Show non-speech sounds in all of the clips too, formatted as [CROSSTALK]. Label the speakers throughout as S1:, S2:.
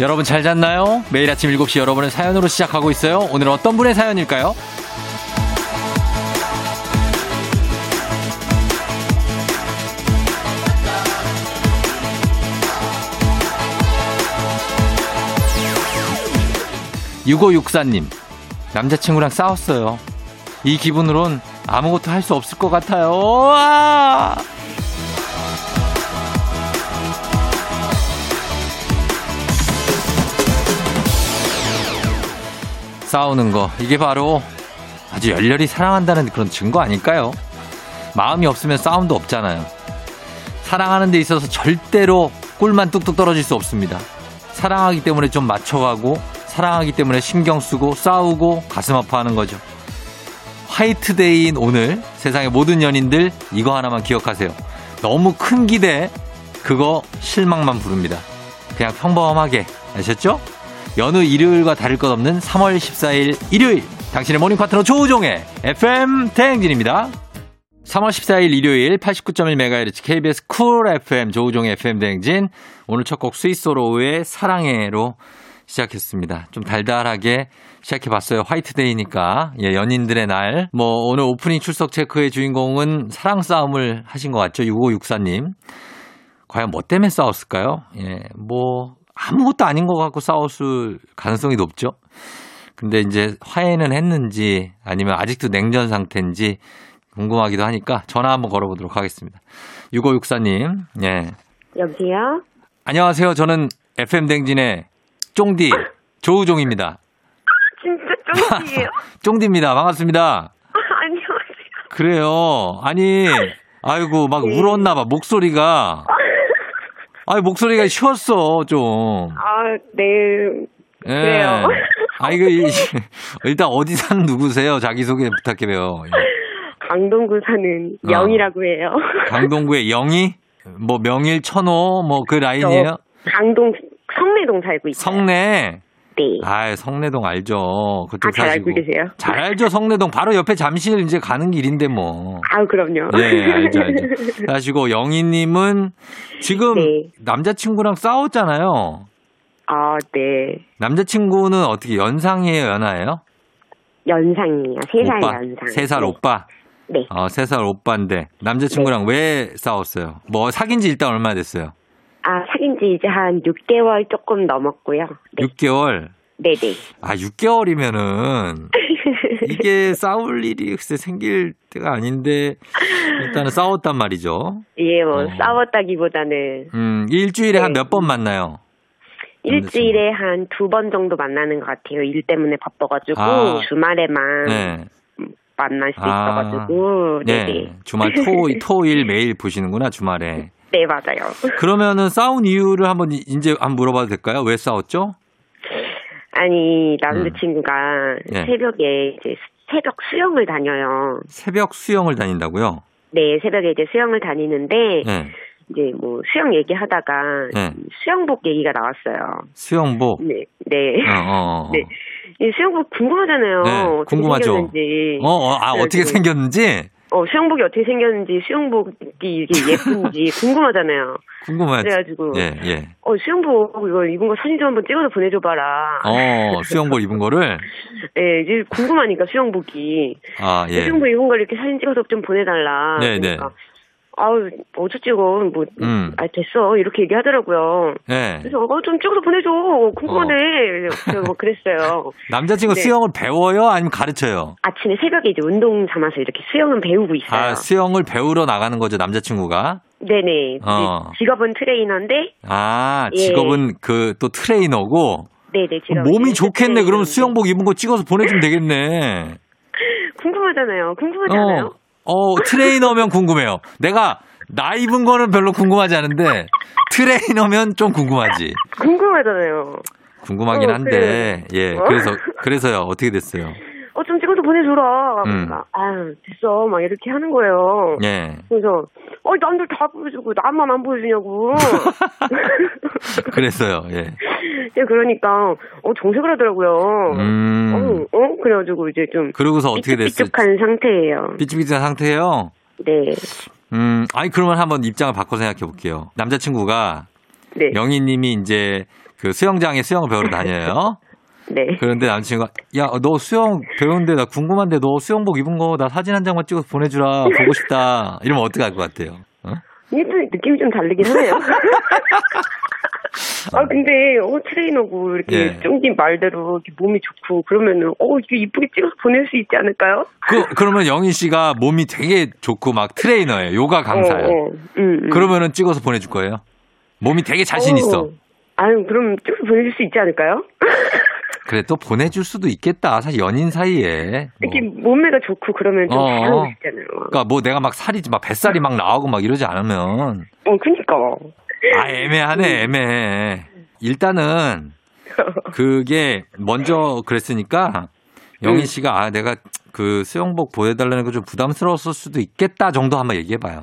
S1: 여러분 잘 잤나요? 매일 아침 7시 여러분의 사연으로 시작하고 있어요. 오늘 어떤 분의 사연일까요? 6564님, 남자친구랑 싸웠어요. 이 기분으론 아무것도 할 수 없을 것 같아요. 와! 싸우는 거, 이게 바로 아주 열렬히 사랑한다는 그런 증거 아닐까요? 마음이 없으면 싸움도 없잖아요. 사랑하는 데 있어서 절대로 꿀만 뚝뚝 떨어질 수 없습니다. 사랑하기 때문에 좀 맞춰가고 사랑하기 때문에 신경 쓰고 싸우고 가슴 아파하는 거죠. 화이트데이인 오늘 세상의 모든 연인들 이거 하나만 기억하세요. 너무 큰 기대 그거 실망만 부릅니다. 그냥 평범하게 아셨죠? 여느 일요일과 다를 것 없는 3월 14일 일요일 당신의 모닝 파트너 조우종의 FM 대행진입니다. 3월 14일 일요일 89.1MHz KBS 쿨 FM 조우종의 FM 대행진 오늘 첫 곡 스위스로우의 사랑해로 시작했습니다. 좀 달달하게 시작해봤어요. 화이트데이니까. 예, 연인들의 날. 뭐, 오늘 오프닝 출석 체크의 주인공은 사랑 싸움을 하신 것 같죠? 6564님. 과연 뭐 때문에 싸웠을까요? 예, 뭐, 아무것도 아닌 것 같고 싸웠을 가능성이 높죠? 근데 이제 화해는 했는지 아니면 아직도 냉전 상태인지 궁금하기도 하니까 전화 한번 걸어보도록 하겠습니다. 6564님, 예.
S2: 여기요?
S1: 안녕하세요. 저는 FM댕진의 쫑디, 조우종입니다.
S2: 진짜 [LAUGHS] 쫑디예요?
S1: 쫑디입니다. 반갑습니다.
S2: 아, 안녕하세요.
S1: 그래요. 아니, 아이고, 막
S2: 네.
S1: 울었나봐, 목소리가. 아이, 목소리가 쉬었어, 좀.
S2: 아, 네.
S1: 예.
S2: 그래요.
S1: 아, 이거, [LAUGHS] 이- 일단 어디 사는 누구세요? 자기소개 부탁해요. 예.
S2: 강동구 사는
S1: 어.
S2: 영이라고 해요.
S1: 강동구의 영희? 뭐, 명일, 천호, 뭐, 그
S2: 어.
S1: 라인이에요?
S2: 강동, 성내동 살고 있어요.
S1: 성내.
S2: 네.
S1: 아 성내동 알죠. 그쪽
S2: 아, 잘
S1: 사시고.
S2: 알고 계세요?
S1: 잘 알죠, 성내동. 바로 옆에 잠실 이제 가는 길인데, 뭐.
S2: 아, 그럼요.
S1: 예, 알죠, 알죠. 하시고 영희님은 지금
S2: 네.
S1: 남자친구랑 싸웠잖아요.
S2: [LAUGHS] 아, 네.
S1: 남자친구는 어떻게 연상이에요, 연하예요?
S2: 연상이에요. 세 살
S1: 오빠,
S2: 연상.
S1: 세 살
S2: 네.
S1: 오빠.
S2: 네.
S1: 어, 세 살 오빠인데 남자친구랑 왜 싸웠어요? 뭐 사귄 지 일단 얼마 됐어요?
S2: 아, 사귄 지 이제 한 6개월 조금 넘었고요. 네.
S1: 육개월
S2: 네네.
S1: 아, 육개월이면
S2: [LAUGHS]
S1: 은 이게 싸울 일이 글쎄 생길 때가 아닌데 일단은 싸웠단 말이죠.
S2: 예, 뭐,
S1: 어.
S2: 싸웠다기보다는
S1: 음, 일주일에
S2: 네.
S1: 한 몇 번 만나요?
S2: 일주일에 한 두 번 정도 만나는 것 같아요. 일 때문에 바빠가지고
S1: 아.
S2: 주말에만 만날 수
S1: 아.
S2: 있어가지고
S1: 네.
S2: 네. 네네 네,
S1: 주말
S2: [LAUGHS]
S1: 토, 토, 일 매일 보시는구나, 주말에.
S2: 네, 맞아요. [LAUGHS]
S1: 그러면은 싸운 이유를 한번 이- 이제 한번 물어봐도 될까요? 왜 싸웠죠?
S2: 아니 남자친구가
S1: 음. 네.
S2: 새벽에 이제 수- 새벽 수영을 다녀요.
S1: 새벽 수영을 다닌다고요?
S2: 네 새벽에 이제 수영을 다니는데
S1: 네.
S2: 이제 뭐 수영 얘기하다가
S1: 네.
S2: 수영복 얘기가 나왔어요.
S1: 수영복.
S2: 네 네.
S1: 어, 어, 어.
S2: [LAUGHS] 네. 이 수영복 궁금하잖아요.
S1: 네,
S2: 어떻게
S1: 궁금하죠.
S2: 생겼는지.
S1: 어, 어, 아, 어떻게
S2: 그래가지고-
S1: 생겼는지
S2: 어, 수영복이 어떻게 생겼는지, 수영복이 이게
S1: [LAUGHS]
S2: 예쁜지 궁금하잖아요.
S1: 궁금하지.
S2: 그래가지고,
S1: 예, 예.
S2: 어, 수영복 이거 입은 거 사진 좀 한번 찍어서 보내줘봐라.
S1: 어, 수영복 입은 거를.
S2: 예, 이제 궁금하니까 수영복이.
S1: 아, 예.
S2: 수영복 입은 걸그 이렇게 사진 찍어서 좀 보내달라.
S1: 네, 네.
S2: 그러니까, 아우, 어쩌 찍어. 뭐,
S1: 음.
S2: 아, 됐어. 이렇게 얘기하더라고요.
S1: 예.
S2: 그래서, 어, 좀 찍어서 보내줘. 궁금하네.
S1: 어.
S2: 그래서 뭐
S1: [LAUGHS]
S2: 그랬어요.
S1: 남자친구
S2: 네.
S1: 수영을 배워요? 아니면 가르쳐요?
S2: 아침에 새벽에 이제 운동 삼아서 이렇게 수영은 배우고 있어요.
S1: 아, 수영을 배우러 나가는 거죠, 남자친구가.
S2: 네네. 이제
S1: 어.
S2: 직업은 트레이너인데,
S1: 아,
S2: 예.
S1: 직업은 그 또 트레이너고.
S2: 네네. 직업은
S1: 어, 몸이 좋겠네. 그럼
S2: 트레이너인데.
S1: 수영복 입은 거 찍어서 보내주면 되겠네.
S2: 궁금하잖아요. 궁금하지 않아요?
S1: 어, 어, 트레이너면 궁금해요. 내가 나 입은 거는 별로 궁금하지 않은데 트레이너면 좀 궁금하지.
S2: 궁금하잖아요.
S1: 궁금하긴
S2: 어,
S1: 한데 예,
S2: 어.
S1: 그래서 그래서요. 어떻게 됐어요?
S2: 어, 좀 찍어서 보내줘라.
S1: 음.
S2: 그러니까, 아유, 됐어. 막 이렇게 하는 거예요. [LAUGHS]
S1: 예.
S2: 그래서, 어, 남들 다 보여주고, 나만
S1: [LAUGHS]
S2: 안 보여주냐고.
S1: 그래서요. 예.
S2: 예, 그러니까, 어, 정색을 하더라고요.
S1: 음.
S2: 어, 어? 그래가지고 이제 좀,
S1: 그러고서 어떻게 됐어요?
S2: 삐쭉한 상태예요.
S1: 삐뚤삐뚤한 상태예요.
S2: 네.
S1: 음. 아니 그러면 한번 입장을 바꿔 생각해 볼게요. 남자친구가
S2: 네.
S1: 영희님이 이제 그 수영장에 수영을 배우러 다녀요.
S2: 네.
S1: 그런데 남친과 야 너 수영 배우는데 나 궁금한데 너 수영복 입은 거 나 사진 한 장만 찍어서 보내주라 보고 싶다 이러면 어떡할 것 같아요? 어?
S2: 일단 느낌이 좀 다르긴 하네요. [LAUGHS] 아 근데 어 트레이너고 이렇게
S1: 예.
S2: 쫑진 말대로 이렇게 몸이 좋고 그러면은 어 이게 이쁘게 찍어서 보낼 수 있지 않을까요?
S1: 그 그러면 영희 씨가 몸이 되게 좋고 막 트레이너예요 요가 강사예요.
S2: 어, 어. 음, 음.
S1: 그러면은 찍어서 보내줄 거예요. 몸이 되게 자신
S2: 어.
S1: 있어.
S2: 아유 그럼 찍어서 보내줄 수 있지 않을까요?
S1: 그래 또 보내줄 수도 있겠다. 사실 연인 사이에. 뭐.
S2: 이렇게 몸매가 좋고 그러면 좀
S1: 어,
S2: 잘
S1: 어.
S2: 어울있잖아요
S1: 그러니까 뭐 내가 막 살이 막 뱃살이 막 나오고 막 이러지 않으면
S2: 어 그니까.
S1: 아 애매하네
S2: 음.
S1: 애매해.
S2: [LAUGHS]
S1: 일단은 그게 먼저 그랬으니까
S2: 음.
S1: 영희 씨가 아 내가 그 수영복 보여달라는 거 좀 부담스러웠을 수도 있겠다 정도 한번 얘기해봐요.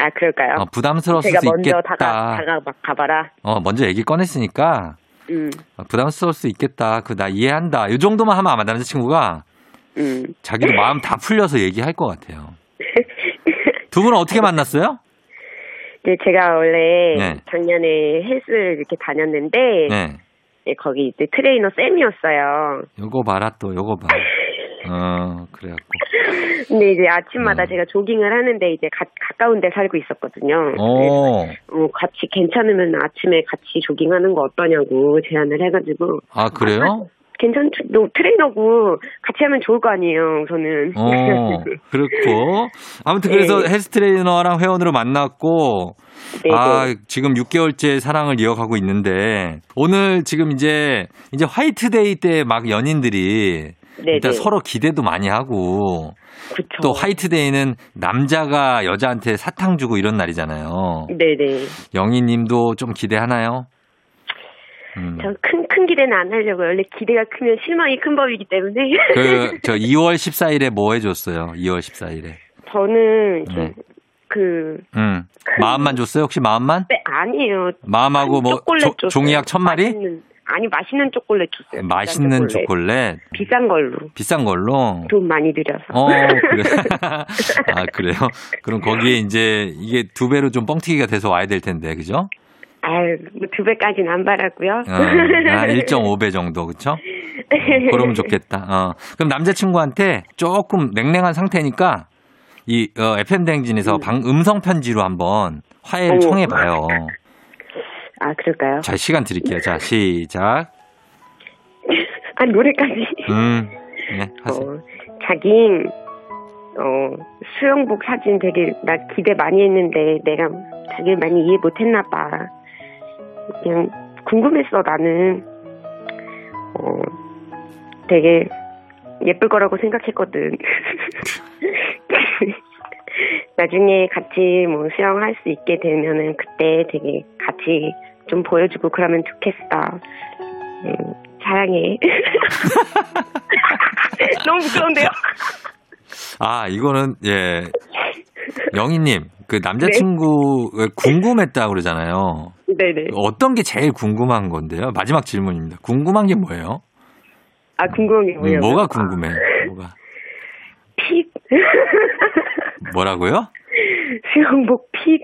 S2: 아 그럴까요?
S1: 어, 부담스러웠을
S2: 제가
S1: 수
S2: 먼저
S1: 있겠다.
S2: 다가 다가 막 가봐라.
S1: 어 먼저 얘기 꺼냈으니까
S2: 음,
S1: 아, 부담스러울 수 있겠다. 그 나 이해한다. 이 정도만 하면 아마 남자친구가
S2: 음.
S1: 자기도 마음 다 풀려서 얘기할 것
S2: [LAUGHS]
S1: 같아요. 두 분은 어떻게 만났어요?
S2: 이제 제가 원래
S1: 네.
S2: 작년에 헬스를 이렇게 다녔는데
S1: 네.
S2: 예, 거기 이제 트레이너 쌤이었어요.
S1: 요거 봐라 또 요거 봐. 어 그래갖고.
S2: 근데 이제 아침마다
S1: 음.
S2: 제가 조깅을 하는데 이제 가, 가까운 데 살고 있었거든요. 그래서
S1: 어.
S2: 어, 같이 괜찮으면 아침에 같이 조깅하는 거 어떠냐고 제안을 해가지고
S1: 아 그래요?
S2: 괜찮죠. 너 트레이너고 같이 하면 좋을 거 아니에요. 네. 저는. [LAUGHS]
S1: 어 그렇고 아무튼 그래서
S2: 네.
S1: 헬스 트레이너랑 회원으로 만났고
S2: 네,
S1: 아
S2: 네.
S1: 지금 6개월째 사랑을 이어가고 있는데 오늘 지금 이제 이제 화이트데이 때 막 연인들이
S2: 네,
S1: 일단
S2: 네. 어.
S1: 서로 기대도 많이 하고
S2: 그쵸.
S1: 또 화이트데이는 남자가 여자한테 사탕 주고 이런 날이잖아요.
S2: 네네.
S1: 영희님도 좀 기대하나요? 음.
S2: 저 큰 큰 기대는 안 하려고 요 원래 기대가 크면 실망이 큰 법이기 때문에 [LAUGHS]
S1: 그, 저 2월 14일에 뭐 해줬어요? 2월 14일에.
S2: 저는
S1: 네.
S2: 좀그
S1: 음. 마음만 줬어요? 혹시 마음만?
S2: 네, 아니에요.
S1: 마음하고 뭐,
S2: 초콜릿
S1: 조-
S2: 줬어요.
S1: 종이약 천 마리?
S2: 맛있는, 아니 맛있는 초콜릿 줬어요.
S1: 네? 맛있는
S2: 비싼
S1: 초콜릿.
S2: 비싼 걸로
S1: 비싼 걸로.
S2: 돈 많이 들여서.
S1: 어, 그래. [LAUGHS] 아, 그래요? 그럼 거기에 이제 이게 두 배로 좀 뻥튀기가 돼서 와야 될 텐데, 그죠?
S2: 아유 뭐두 배까지는 안 바라고요.
S1: 어, 아,
S2: [LAUGHS]
S1: 1.5배 정도, 그쵸? 어, 그러면 좋겠다. 어. 그럼 남자친구한테 조금 냉랭한 상태니까 이 어, FM 대행진에서 방 음성 편지로 한번 화해를
S2: 오.
S1: 청해봐요.
S2: 아 그럴까요?
S1: 자 시간 드릴게요. 자 시작.
S2: 아 노래까지.
S1: 음, 네 하세요.
S2: 어, 자기 어 수영복 사진 되게 나 기대 많이 했는데 내가 자기를 많이 이해 못했나 봐. 그냥 궁금했어 나는. 어 되게 예쁠 거라고 생각했거든. [LAUGHS] 나중에 같이 뭐 수영할 수 있게 되면은 그때 되게 같이 좀 보여주고 그러면 좋겠어. 음, 사랑해. [LAUGHS] 너무 부끄러운데요? [LAUGHS]
S1: 아 이거는 예 영희님 그 남자친구 궁금했다 고 그러잖아요.
S2: 네. 네네.
S1: 어떤 게 제일 궁금한 건데요? 마지막 질문입니다. 궁금한 게 뭐예요?
S2: 아 궁금한 게
S1: 음,
S2: 뭐예요?
S1: 뭐가 궁금해? 뭐가
S2: 픽
S1: 뭐라고요?
S2: [LAUGHS] 수영복
S1: [LAUGHS]
S2: 픽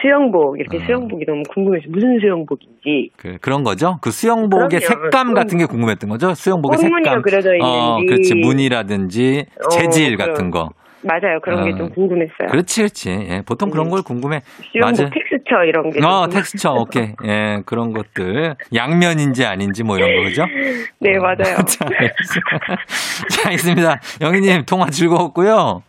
S2: 수영복 이렇게
S1: 어.
S2: 수영복이 너무 궁금해서 무슨 수영복인지
S1: 그, 그런 거죠? 그 수영복의
S2: 그럼요.
S1: 색감 같은 게 궁금했던 거죠? 수영복의
S2: 꽃무늬가
S1: 색감.
S2: 그려져 있는지
S1: 어, 그렇지. 무늬라든지
S2: 어,
S1: 재질
S2: 그럼.
S1: 같은 거.
S2: 맞아요 그런
S1: 어.
S2: 게 좀 궁금했어요.
S1: 그렇지, 그렇지. 예, 보통 그런
S2: 음.
S1: 걸 궁금해.
S2: 수영복
S1: 맞아요.
S2: 텍스처 이런 게.
S1: 어,
S2: 좀 궁금-
S1: 텍스처, 오케이. 예, 그런 것들. 양면인지 아닌지 뭐 이런 거, 그죠?
S2: 네
S1: 어, [LAUGHS]
S2: 맞아요.
S1: 자, 알겠습니다. 자, 알겠습니다. 영희님, 통화 즐거웠고요.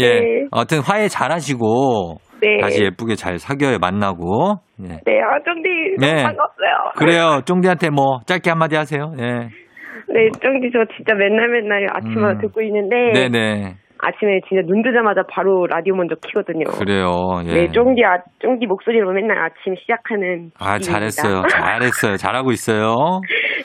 S1: 예.
S2: 네.
S1: 아무튼 화해 잘 하시고.
S2: 네.
S1: 다시 예쁘게 잘 사귀어요, 만나고. 예.
S2: 네, 아, 쫑디,
S1: 네.
S2: 너무 반갑어요.
S1: 그래요. 쫑디한테 뭐, 짧게 한마디 하세요. 예.
S2: 네, 쫑디, 저 진짜 맨날 맨날 아침마다
S1: 음.
S2: 듣고 있는데,
S1: 네네.
S2: 아침에 진짜 눈 뜨자마자 바로 라디오 먼저 키거든요.
S1: 그래요. 예.
S2: 네, 쫑디, 아, 쫑디 목소리로 맨날 아침 시작하는.
S1: 아,
S2: 기분입니다.
S1: 잘했어요. 잘했어요. 잘하고 있어요.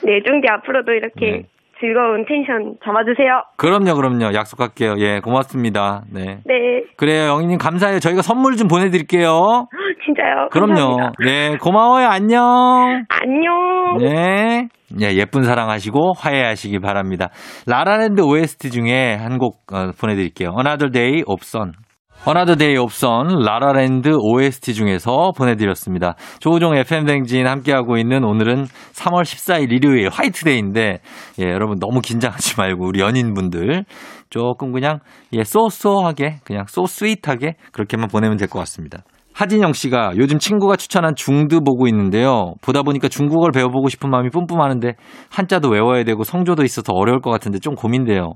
S2: 네, 쫑디 앞으로도 이렇게
S1: 네.
S2: 즐거운 텐션 잡아주세요.
S1: 그럼요, 그럼요. 약속할게요. 예, 고맙습니다. 네.
S2: 네, [GASPS]
S1: 그래요, 영희님 감사해요. 저희가 선물 좀 보내드릴게요.
S2: 진짜요.
S1: 그럼요.
S2: 감사합니다.
S1: 네, 고마워요. 안녕.
S2: 안녕.
S1: 네. 예, 예쁜 사랑하시고 화해하시기 바랍니다. 라라랜드 OST 중에 한 곡 보내드릴게요. Another 어, Day of Sun. 어나더 데이 옵선 라라랜드 OST 중에서 보내드렸습니다. 조우종 FM 댕진 함께하고 있는 오늘은 3월 14일 일요일 화이트데이인데 예, 여러분 너무 긴장하지 말고 우리 연인분들 조금 그냥 예, 쏘쏘하게 그냥 쏘스윗하게 그렇게만 보내면 될 것 같습니다. 하진영 씨가 요즘 친구가 추천한 중드 보고 있는데요. 보다 보니까 중국어를 배워보고 싶은 마음이 뿜뿜하는데 한자도 외워야 되고 성조도 있어서 어려울 것 같은데 좀 고민돼요.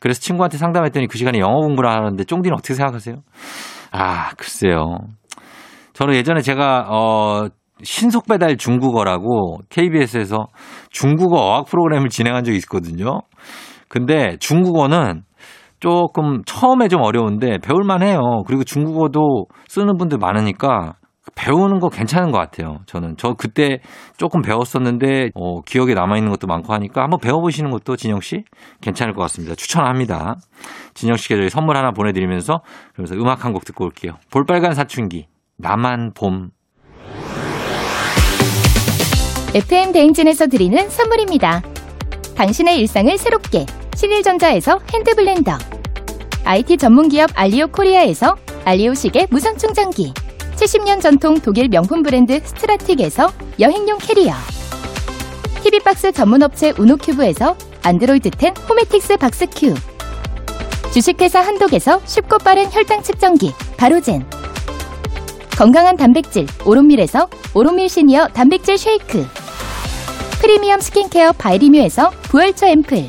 S1: 그래서 친구한테 상담했더니 그 시간에 영어 공부를 하는데 쫑디는 어떻게 생각하세요? 아 글쎄요. 저는 예전에 제가 어 신속 배달 중국어라고 KBS에서 중국어 어학 프로그램을 진행한 적이 있거든요. 근데 중국어는 조금 처음에 좀 어려운데 배울만 해요. 그리고 중국어도 쓰는 분들 많으니까 배우는 거 괜찮은 것 같아요. 저는 저 그때 조금 배웠었는데 어, 기억에 남아 있는 것도 많고 하니까 한번 배워보시는 것도 진영 씨 괜찮을 것 같습니다. 추천합니다. 진영 씨께 저희 선물 하나 보내드리면서 그러면서 음악 한 곡 듣고 올게요. 볼빨간 사춘기 나만 봄
S3: FM 대행진에서 드리는 선물입니다. 당신의 일상을 새롭게 신일전자에서 핸드블렌더 IT 전문기업 알리오 코리아에서 알리오 시계 무선 충전기 70년 전통 독일 명품 브랜드 스트라틱에서 여행용 캐리어 TV박스 전문업체 우노큐브에서 안드로이드 10 호메틱스 박스큐 주식회사 한독에서 쉽고 빠른 혈당 측정기 바로젠 건강한 단백질 오롯밀에서 오롯밀 시니어 단백질 쉐이크 프리미엄 스킨케어 바이리뮤에서 부얼처 앰플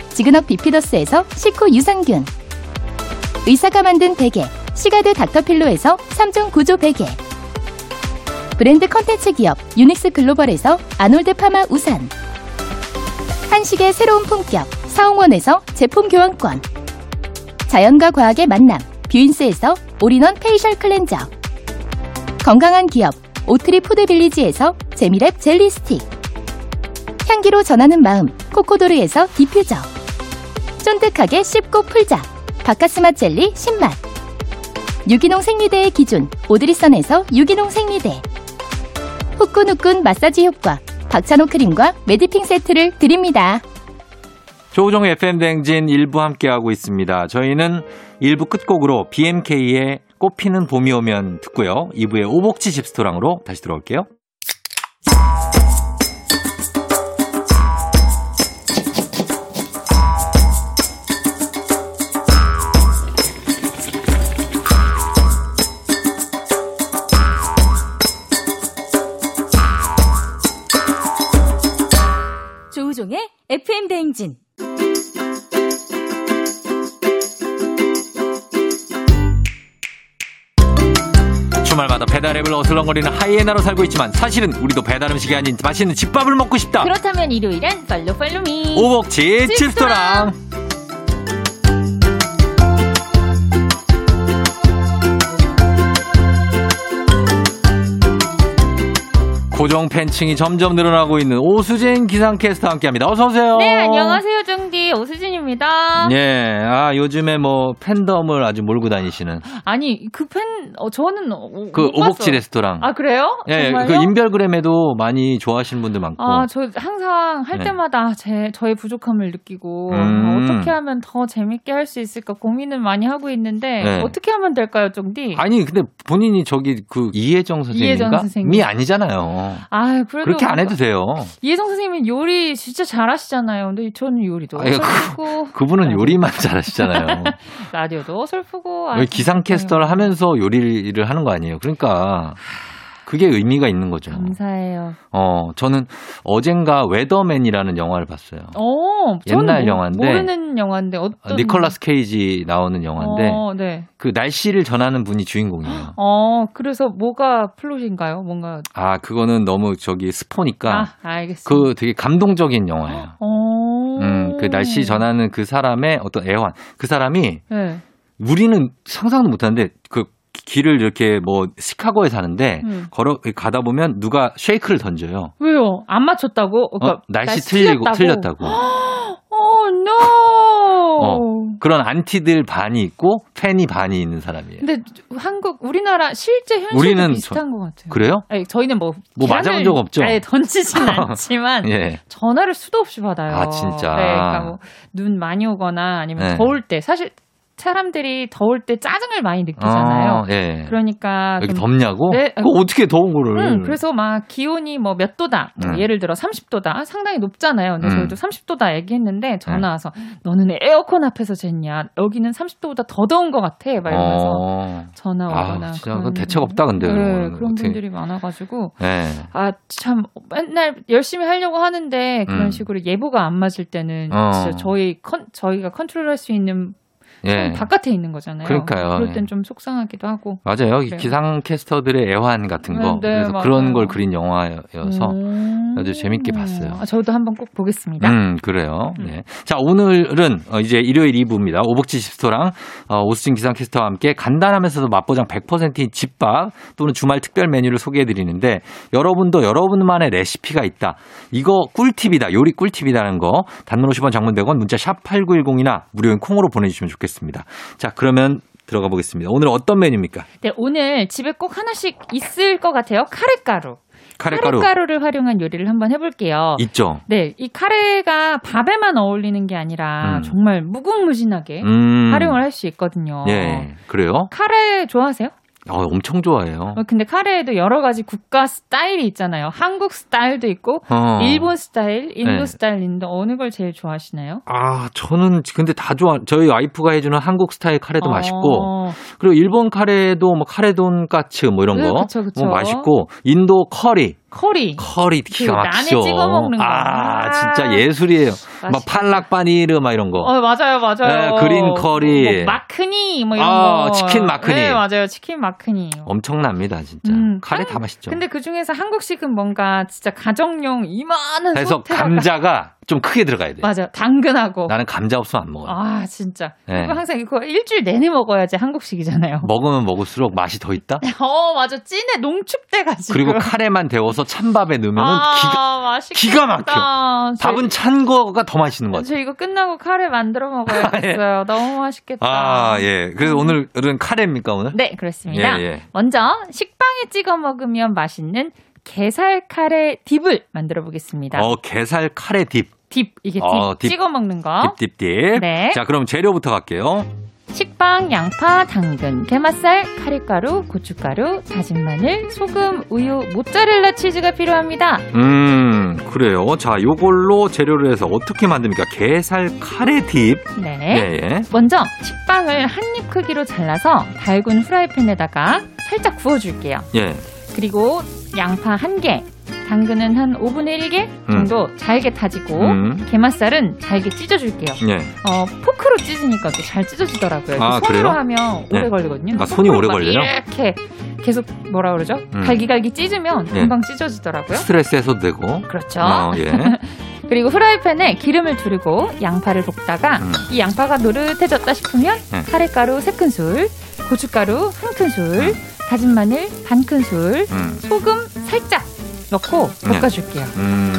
S3: 지그넉 비피더스에서 식후 유산균 의사가 만든 베개 시가드 닥터필로에서 3중 구조 베개 브랜드 컨텐츠 기업 유닉스 글로벌에서 아놀드 파마 우산 한식의 새로운 품격 사홍원에서 제품 교환권 자연과 과학의 만남 뷰인스에서 올인원 페이셜 클렌저 건강한 기업 오트리 푸드빌리지에서 재미랩 젤리 스틱 향기로 전하는 마음 코코도르에서 디퓨저 쫀득하게 씹고 풀자 바카스맛 젤리 신맛 유기농 생리대의 기준 오드리선에서 유기농 생리대 후끈후끈 마사지 효과 박찬호 크림과 매디핑 세트를 드립니다.
S1: 조우종 FM 댕진 일부 함께하고 있습니다. 저희는 일부 끝곡으로 BMK의 꽃피는 봄이 오면 듣고요. 2부의 오복지 집스토랑으로 다시 돌아올게요.
S4: 조우종의 FM 대행진.
S1: 주말마다 배달앱을 어슬렁거리는 하이에나로 살고 있지만 사실은 우리도 배달 음식이 아닌 맛있는 집밥을 먹고
S4: 그렇죠.
S1: 싶다.
S4: 그렇다면 일요일엔 팔로 팔로미.
S1: 오복지
S4: 집스토랑.
S1: 칩스토랑. 고정 팬층이 점점 늘어나고 있는 오수진 기상캐스터와 함께합니다. 어서 오세요.
S4: 네, 안녕하세요, 정디. 오수진입니다.
S1: 예, 아 요즘에 뭐 팬덤을 아주 몰고 다니시는
S4: 아니, 그 팬 저는 오,
S1: 그
S4: 못
S1: 오복지
S4: 봤어요.
S1: 레스토랑.
S4: 아, 그래요?
S1: 예,
S4: 정말요?
S1: 그 인별그램에도 많이 좋아하시는 분들 많고.
S4: 아, 저 항상 할
S1: 네.
S4: 때마다 제 저의 부족함을 느끼고
S1: 음.
S4: 어떻게 하면 더 재밌게 할 수 있을까 고민을 많이 하고 있는데
S1: 네. 아,
S4: 어떻게 하면 될까요, 정디?
S1: 아니 근데 본인이 저기 그 이혜정 선생님인가?
S4: 이혜정 선생님.
S1: 미 아니잖아요.
S4: 아, 그래도
S1: 그렇게 안 해도
S4: 뭔가-
S1: 돼요.
S4: 이혜성 선생님은 요리 진짜 잘하시잖아요. 근데 저는 요리도
S1: 아니, 그-
S4: 슬프고
S1: 그분은 요리만
S4: [LAUGHS]
S1: 잘하시잖아요.
S4: 라디오도 슬프고 아,
S1: 왜 기상캐스터를 하면서 요리를 하는 거 아니에요. 그러니까 그게 의미가 있는 거죠.
S4: 감사해요.
S1: 어, 저는 어젠가 웨더맨이라는 영화를 봤어요.
S4: 어, 저는
S1: 옛날
S4: 모-
S1: 영화인데
S4: 모르는 영화인데 어떤
S1: 니콜라스 케이지 나오는 영화인데
S4: 어, 네.
S1: 그 날씨를 전하는 분이
S4: [GASPS]
S1: 주인공이에요.
S4: 어, 그래서 뭐가 플롯인가요? 뭔가
S1: 아, 그거는 너무 저기 스포니까
S4: 아, 알겠습니다.
S1: 그 되게 감동적인 영화예요.
S4: 어.
S1: 음, 그 날씨 전하는 그 사람의 어떤 애환. 그 사람이
S4: 네.
S1: 우리는 상상도 못 하는데 그 길을 이렇게 뭐 시카고에 사는데
S4: 음.
S1: 걸어 가다 보면 누가 쉐이크를 던져요.
S4: 왜요? 안 맞췄다고? 그러니까
S1: 어, 날씨, 틀리고 틀렸다고.
S4: [GASPS] 어, no.
S1: 그런 안티들 반이 있고 팬이 반이 있는 사람이에요.
S4: 근데 한국 우리나라 실제 현실도
S1: 우리는
S4: 비슷한 것 같아요.
S1: 그래요?
S4: 아니, 저희는 뭐,
S1: 뭐 맞아본 적 없죠?
S4: 아예
S1: [LAUGHS]
S4: 던지진 않지만
S1: 예.
S4: 전화를 수도 없이 받아요.
S1: 아, 진짜.
S4: 네, 그러니까 뭐 눈 많이 오거나 아니면
S1: 네.
S4: 더울 때 사실 사람들이 더울 때 짜증을 많이 느끼잖아요.
S1: 어, 예.
S4: 그러니까
S1: 여기
S4: 좀-
S1: 덥냐고?
S4: 네.
S1: 그거 어떻게 더운 거를?
S4: 음, 그래서 막 기온이 뭐 몇 도다, 뭐
S1: 음.
S4: 예를 들어 30도다, 상당히 높잖아요. 근데
S1: 음. 네.
S4: 저희도 30도다 얘기했는데 전화 와서 너는 에어컨 앞에서 쟀냐? 여기는 30도보다 더 더운 것 같아. 막 이러면서
S1: 어.
S4: 전화
S1: 아,
S4: 오거나.
S1: 진짜 그건 대책 없다, 근데
S4: 네,
S1: 그런 거는
S4: 그런
S1: 어떻게-
S4: 분들이 많아가지고
S1: 예.
S4: 아 참 맨날 열심히 하려고 하는데 그런
S1: 음.
S4: 식으로 예보가 안 맞을 때는
S1: 어.
S4: 진짜 저희 컨, 저희가 컨트롤할 수 있는
S1: 예.
S4: 바깥에 있는 거잖아요.
S1: 그러니까요.
S4: 그럴
S1: 예.
S4: 땐 좀 속상하기도 하고.
S1: 맞아요. 이
S4: 그래요.
S1: 기상캐스터들의 애환 같은 거.
S4: 네, 네,
S1: 그래서
S4: 맞아요.
S1: 그런 걸 그린 영화여서.
S4: 음.
S1: 아주 재밌게 봤어요.
S4: 아, 저도 한번 꼭 보겠습니다.
S1: 음, 그래요.
S4: 음.
S1: 네. 자, 오늘은 어, 이제 일요일 2부입니다. 오복지 집스토랑 어, 오수진 기상캐스터와 함께 간단하면서도 맛보장 100%인 집밥 또는 주말 특별 메뉴를 소개해 드리는데 여러분도 여러분만의 레시피가 있다. 이거 꿀팁이다. 요리 꿀팁이라는 거 단문 50원 장문 100원 문자 샵 8910이나 무료인 콩으로 보내주시면 좋겠습니다. 자, 그러면 들어가 보겠습니다. 오늘 어떤 메뉴입니까?
S4: 네, 오늘 집에 꼭 하나씩 있을 것 같아요. 카레가루.
S1: 카레가루.
S4: 를 활용한 요리를 한번 해볼게요.
S1: 있죠.
S4: 네, 이 카레가 밥에만 어울리는 게 아니라
S1: 음.
S4: 정말 무궁무진하게
S1: 음.
S4: 네. 활용을 할 수 있거든요.
S1: 예, 그래요?
S4: 카레 좋아하세요?
S1: 어, 엄청 좋아해요.
S4: 어, 근데 카레에도 여러 가지 국가 스타일이 있잖아요. 한국 스타일도 있고
S1: 어.
S4: 일본 스타일, 인도
S1: 네.
S4: 스타일인데 어느 걸 제일 좋아하시나요?
S1: 아, 저는 근데 다 좋아. 저희 와이프가 해주는 한국 스타일 카레도
S4: 어,
S1: 맛있고, 그리고 일본 카레도 뭐 카레돈 까츠 뭐 이런
S4: 네,
S1: 거,
S4: 그쵸, 그쵸.
S1: 뭐 맛있고, 인도 커리,
S4: 커리.
S1: 커리 기가
S4: 그 난에
S1: 막히죠.
S4: 찍어 먹는 거.
S1: 아,
S4: 아,
S1: 진짜 예술이에요. 막
S4: 맛있겠다.
S1: 팔락바니르 막 이런 거.
S4: 어 맞아요 맞아요.
S1: 네, 그린 커리.
S4: 뭐 마크니 뭐 이런
S1: 아,
S4: 거.
S1: 치킨 마크니.
S4: 네 맞아요 치킨 마크니.
S1: 엄청납니다, 진짜.
S4: 음,
S1: 카레
S4: 한-
S1: 다 맛있죠.
S4: 근데 그 중에서 한국식은 뭔가 진짜 가정용 이만한
S1: 그래서
S4: 소태가
S1: 감자가 좀 크게 들어가야 돼. 요
S4: 맞아요 당근하고.
S1: 나는 뭐. 감자 없으면 안 먹어요.
S4: 아 진짜.
S1: 예.
S4: 이거 항상 이거 일주일 내내 먹어야지 한국식이잖아요.
S1: 먹으면 먹을수록 맛이 더
S4: [LAUGHS]
S1: 있다?
S4: 어 맞아 찐에
S1: 네.
S4: 농축돼가지고.
S1: 그리고 카레만 데워서 찬밥에 넣으면
S4: 아
S1: 기가,
S4: 맛있겠다.
S1: 기가 막혀.
S4: 저-
S1: 밥은 찬 거가 더 맛있는 것 같아요.
S4: 저 이거 끝나고
S1: [LAUGHS]
S4: 카레 만들어 먹어야겠어요. 너무 맛있겠다.
S1: 아, 예. 그래서
S4: 음.
S1: 오늘은 카레입니까, 오늘?
S4: 네 그렇습니다.
S1: 예, 예.
S4: 먼저 식빵에 찍어 먹으면 맛있는 게살 카레 딥을 만들어 보겠습니다.
S1: 어, 게살 카레 딥.
S4: 딥 이게 딥,
S1: 어, 딥.
S4: 찍어 먹는 거.
S1: 딥, 딥, 딥.
S4: 네.
S1: 자, 그럼 재료부터 갈게요.
S4: 식빵, 양파, 당근, 게맛살, 카레가루, 고춧가루, 다진 마늘, 소금, 우유, 모짜렐라 치즈가 필요합니다.
S1: 음, 그래요. 자, 요걸로 재료를 해서 어떻게 만듭니까? 게살 카레 딥.
S4: 네.
S1: 예, 예.
S4: 먼저 식빵을 한 입 크기로 잘라서 달군 후라이팬에다가 살짝 구워줄게요.
S1: 예.
S4: 그리고 양파 한 개, 당근은 한 5분의 1개 정도 잘게 다지고
S1: 음.
S4: 게맛살은 잘게 찢어줄게요.
S1: 예.
S4: 어, 포크로 찢으니까 또 잘 찢어지더라고요.
S1: 아, 그래요?
S4: 손으로 하면 오래
S1: 네.
S4: 걸리거든요.
S1: 아, 손이 오래
S4: 막
S1: 걸려요?
S4: 이렇게 계속 뭐라 그러죠?
S1: 음.
S4: 갈기갈기 찢으면
S1: 예.
S4: 금방 찢어지더라고요.
S1: 스트레스 해소도 되고.
S4: 그렇죠.
S1: 어, 예.
S4: 그리고 후라이팬에 기름을 두르고 양파를 볶다가
S1: 음.
S4: 이 양파가 노릇해졌다 싶으면
S1: 음.
S4: 카레가루 3큰술, 고춧가루 1큰술, 다진 마늘 반큰술,
S1: 음.
S4: 소금 살짝 넣고
S1: 네.
S4: 볶아줄게요.
S1: 음.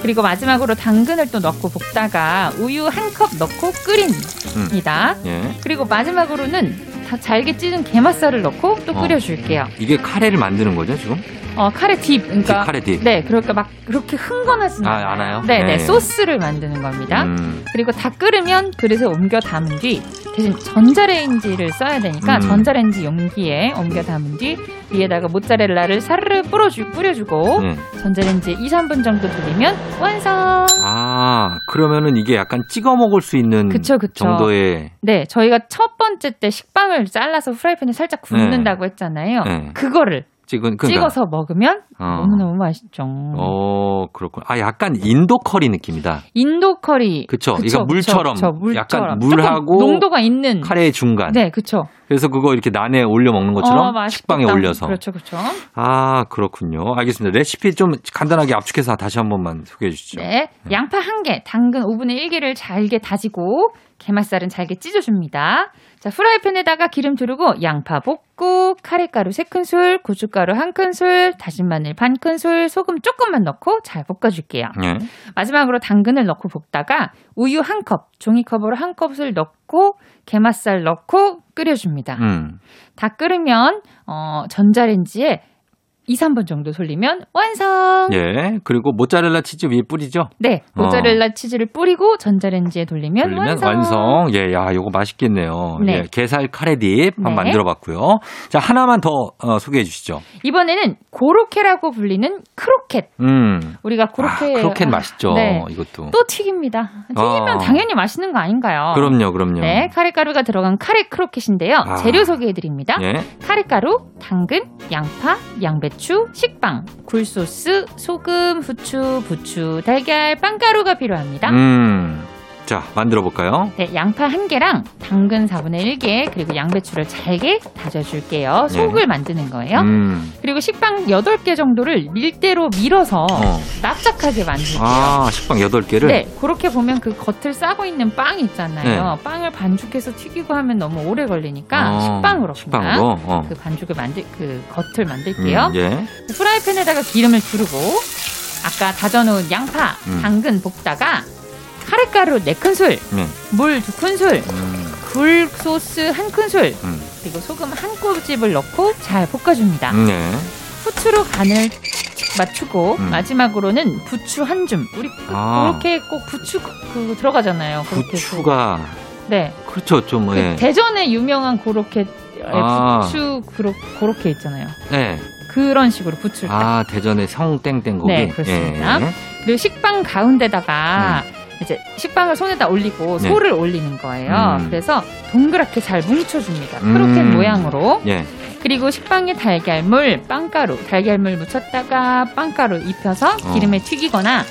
S4: 그리고 마지막으로 당근을 또 넣고 볶다가 우유 한 컵 넣고 끓입니다.
S1: 예.
S4: 그리고 마지막으로는 다 잘게 찢은 게맛살을 넣고 또
S1: 어.
S4: 끓여줄게요.
S1: 이게 카레를 만드는 거죠 지금?
S4: 어, 카레 딥. 그러니까
S1: 카레 딥.
S4: 네, 그러니까 막 그렇게 흥건하진
S1: 아, 않아요?
S4: 네,
S1: 네.
S4: 네, 소스를 만드는 겁니다.
S1: 음,
S4: 그리고 다 끓으면 그릇에 옮겨 담은 뒤 대신 전자레인지를 써야 되니까
S1: 음.
S4: 전자레인지 용기에 옮겨 담은 뒤 위에다가 모짜렐라를 사르르 뿌려주, 뿌려주고
S1: 네.
S4: 전자레인지에 2, 3분 정도 돌리면 완성!
S1: 아 그러면은 이게 약간 찍어 먹을 수 있는
S4: 그쵸, 그쵸.
S1: 음, 정도의
S4: 네, 저희가 첫 번째 때 식빵을 잘라서 후라이팬에 살짝 굽는다고 했잖아요.
S1: 네.
S4: 그거를
S1: 찍은 그러니까,
S4: 어. 찍어서 먹으면
S1: 어.
S4: 너무너무 맛있죠.
S1: 어 그렇군. 아 약간 인도 커리 느낌이다.
S4: 인도 커리.
S1: 그쵸?
S4: 그쵸,
S1: 이거 물처럼
S4: 그쵸, 물처럼.
S1: 약간
S4: 조금
S1: 물하고
S4: 농도가 있는.
S1: 카레의 중간.
S4: 네, 그쵸.
S1: 그래서 그거 이렇게 난에 올려 먹는
S4: 어,
S1: 것처럼
S4: 맛있겠다.
S1: 식빵에 올려서.
S4: 그렇죠, 그렇죠.
S1: 아 그렇군요. 알겠습니다. 레시피 좀 간단하게 압축해서 다시 한 번만 소개해 주시죠.
S4: 네. 양파 한 개, 당근 5분의 1개를 잘게 다지고, 게맛살은 잘게 찢어줍니다. 자, 프라이팬에다가 기름 두르고, 양파 볶고, 카레가루 3큰술, 고춧가루 1큰술, 다진 마늘 반큰술, 소금 조금만 넣고 잘 볶아줄게요.
S1: 예.
S4: 마지막으로 당근을 넣고 볶다가 우유 한 컵, 종이컵으로 한 컵을 넣고 게맛살 넣고 끓여줍니다.
S1: 음.
S4: 다 끓으면 어, 전자레인지에 2, 3분 정도 돌리면 완성.
S1: 예. 그리고 모짜렐라 치즈 위에 뿌리죠.
S4: 네, 모짜렐라 치즈를 뿌리고 전자레인지에 돌리면,
S1: 어. 돌리면
S4: 네, 완성.
S1: 완성. 예, 야, 요거 맛있겠네요.
S4: 네.
S1: 예, 게살 카레딥 한번
S4: 네.
S1: 만들어 봤고요. 자, 하나만 더 어, 소개해 주시죠.
S4: 이번에는 고로케라고 불리는 크로켓.
S1: 음.
S4: 우리가
S1: 아,
S4: 고로케
S1: 크로켓
S4: 아,
S1: 맛있죠.
S4: 네.
S1: 이것도.
S4: 또 튀깁니다. 튀기면
S1: 어.
S4: 당연히 맛있는 거 아닌가요?
S1: 그럼요, 그럼요.
S4: 네, 카레가루가 들어간 카레 크로켓인데요.
S1: 아.
S4: 재료 소개해드립니다.
S1: 예.
S4: 카레가루, 당근, 양파, 양배추, 식빵, 굴소스, 소금, 후추, 부추, 달걀, 빵가루가 필요합니다.
S1: 음. 자, 만들어 볼까요?
S4: 네, 양파 한개랑 당근 4분의 1개, 그리고 양배추를 잘게
S1: 네.
S4: 다져줄게요. 속을 만드는 거예요.
S1: 음.
S4: 그리고 식빵 8개 정도를 밀대로 밀어서
S1: 어.
S4: 납작하게 만들게요.
S1: 아, 식빵 8개를
S4: 네, 그렇게 보면 그 겉을 싸고 있는 빵 있잖아요.
S1: 네.
S4: 빵을 반죽해서 튀기고 하면 너무 오래 걸리니까 식빵으로 그냥
S1: 어, 식빵으로. 어.
S4: 그 반죽을 만들 그 겉을
S1: 음,
S4: 만들게요. 그
S1: 예.
S4: 프라이팬에다가 기름을 두르고 아까 다져놓은 양파,
S1: 음.
S4: 당근 볶다가 카레가루 4큰술,
S1: 네.
S4: 물 2큰술,
S1: 음.
S4: 굴 소스 1큰술,
S1: 음.
S4: 그리고 소금 한 꼬집을 넣고 잘 볶아줍니다.
S1: 네.
S4: 후추로 간을 맞추고
S1: 음.
S4: 마지막으로는 부추 한 줌. 우리 그-
S1: 아.
S4: 그렇게 꼭 부추 그- 그 들어가잖아요. 그렇게
S1: 부추가
S4: 그- 네.
S1: 그렇죠. 좀
S4: 그
S1: 예.
S4: 대전에 유명한 고로케
S1: 아.
S4: 부추 그로, 고로케 있잖아요.
S1: 네.
S4: 그런 식으로 부추를 딱
S1: 아, 대전의 성땡땡 고기.
S4: 네, 그렇습니다.
S1: 예.
S4: 그리고 식빵 가운데다가 이제 식빵을 손에다 올리고
S1: 네.
S4: 소를 올리는 거예요.
S1: 음.
S4: 그래서 동그랗게 잘 뭉쳐줍니다.
S1: 음.
S4: 크로켓 모양으로.
S1: 예.
S4: 그리고 식빵에 달걀물, 빵가루, 달걀물 묻혔다가 빵가루 입혀서
S1: 어.
S4: 기름에 튀기거나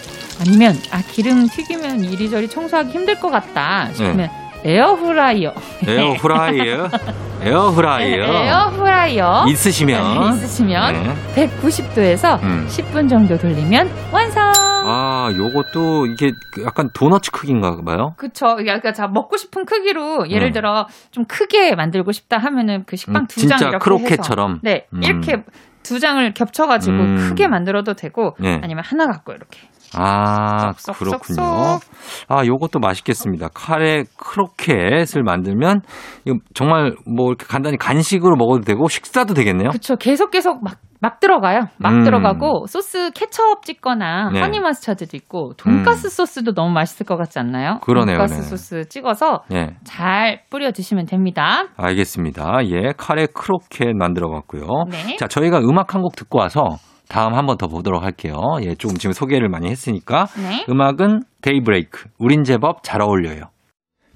S4: 아니면 아 기름 튀기면 이리저리 청소하기 힘들 것 같다 싶으면
S1: 네.
S4: 에어프라이어.
S1: 에어프라이어. 에어프라이어.
S4: [LAUGHS] 에어프라이어.
S1: 있으시면.
S4: 네, 있으시면
S1: 네.
S4: 190도에서
S1: 음.
S4: 10분 정도 돌리면 완성.
S1: 아, 요것도 이게 약간 도넛 크기인가 봐요.
S4: 그쵸. 그러니까 자 먹고 싶은 크기로 예를
S1: 음.
S4: 들어 좀 크게 만들고 싶다 하면은 그 식빵
S1: 음,
S4: 두 장
S1: 진짜
S4: 이렇게 해서
S1: 크로켓처럼.
S4: 네
S1: 음.
S4: 이렇게 두 장을 겹쳐가지고
S1: 음.
S4: 크게 만들어도 되고
S1: 네.
S4: 아니면 하나 갖고 이렇게
S1: 아,
S4: 쏙쏙쏙쏙.
S1: 그렇군요. 아, 요것도 맛있겠습니다. 카레 크로켓을 만들면 이거 정말 뭐 이렇게 간단히 간식으로 먹어도 되고 식사도 되겠네요.
S4: 그쵸 계속 계속 막, 막 들어가요 막
S1: 어? 음.
S4: 들어가고 소스 케첩 찍거나
S1: 네.
S4: 허니 마스터드도 있고 돈가스
S1: 음.
S4: 소스도 너무 맛있을 것 같지 않나요?
S1: 그러네요, 네.
S4: 돈가스 소스 찍어서
S1: 예.
S4: 잘 뿌려 드시면 됩니다.
S1: 알겠습니다. 예. 카레 크로켓 만들어 봤고요.
S4: 네.
S1: 자, 저희가 음악 한 곡 듣고 와서 다음 한 번 더 보도록 할게요. 예, 조금 지금 소개를 많이 했으니까
S4: 네.
S1: 음악은 데이브레이크. 우린 제법 잘 어울려요.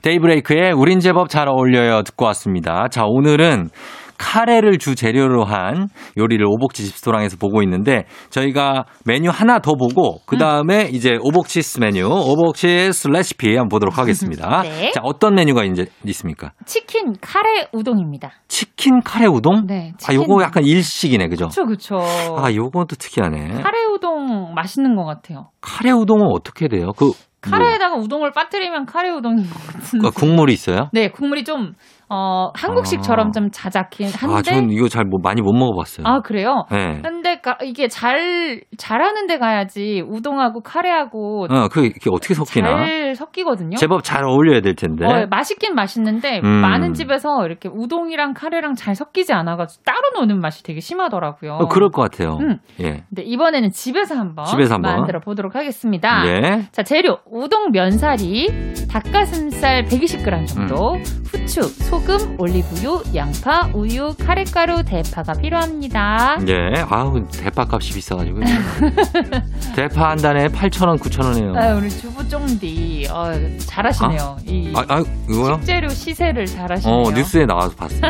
S1: 데이브레이크의 우린 제법 잘 어울려요 듣고 왔습니다. 자, 오늘은 카레를 주 재료로 한 요리를 오복지 집스토랑에서 보고 있는데 저희가 메뉴 하나 더 보고 그 다음에 이제 오복치스 메뉴, 오복치스 레시피 한번 보도록 하겠습니다.
S4: [LAUGHS] 네.
S1: 자, 어떤 메뉴가 이제 있습니까?
S4: 치킨 카레 우동입니다.
S1: 치킨 카레 우동?
S4: 네.
S1: 아, 요거 약간 일식이네, 그죠?
S4: 그쵸 그쵸.
S1: 아, 예. 요건 또 특이하네.
S4: 카레 우동 맛있는 것 같아요.
S1: 카레 우동은 어떻게 돼요? 그 뭐,
S4: 카레에다가 우동을 빠뜨리면 카레 우동인 것 같은데.
S1: 국물이 있어요?
S4: 네, 국물이 좀 어, 한국식처럼
S1: 아.
S4: 좀 자작긴
S1: 아,
S4: 한데.
S1: 저는 이거 잘 뭐 많이 못 먹어봤어요.
S4: 아, 그래요?
S1: 네.
S4: 근데 가- 이게 잘, 잘하는 데 가야지 우동하고 카레하고
S1: 어, 그게 그게 어떻게 섞이나?
S4: 잘 섞이거든요.
S1: 제법 잘 어울려야 될 텐데.
S4: 어, 맛있긴 맛있는데
S1: 음.
S4: 많은 집에서 이렇게 우동이랑 카레랑 잘 섞이지 않아가지고 따로 노는 맛이 되게 심하더라고요.
S1: 어, 그럴 것 같아요.
S4: 음.
S1: 예.
S4: 근데 이번에는 집에서 한번,
S1: 집에서 한번.
S4: 만들어 보도록 하겠습니다.
S1: 예.
S4: 자 재료 우동 면사리 닭가슴살 120g 정도
S1: 음.
S4: 후추 소금 올리브유 양파 우유 카레가루 대파가 필요합니다.
S1: 예. 아우, 대파 값이
S4: [LAUGHS]
S1: 비싸가지고. 대파 한 단에 8,000원, 9,000원이에요.
S4: 아 우리 주부 쫑디 어, 잘하시네요. 이
S1: 아, 아, 이거요?
S4: 식재료 시세를 잘하시네요.
S1: 어, 뉴스에 나와서
S4: [LAUGHS]
S1: 봤어요.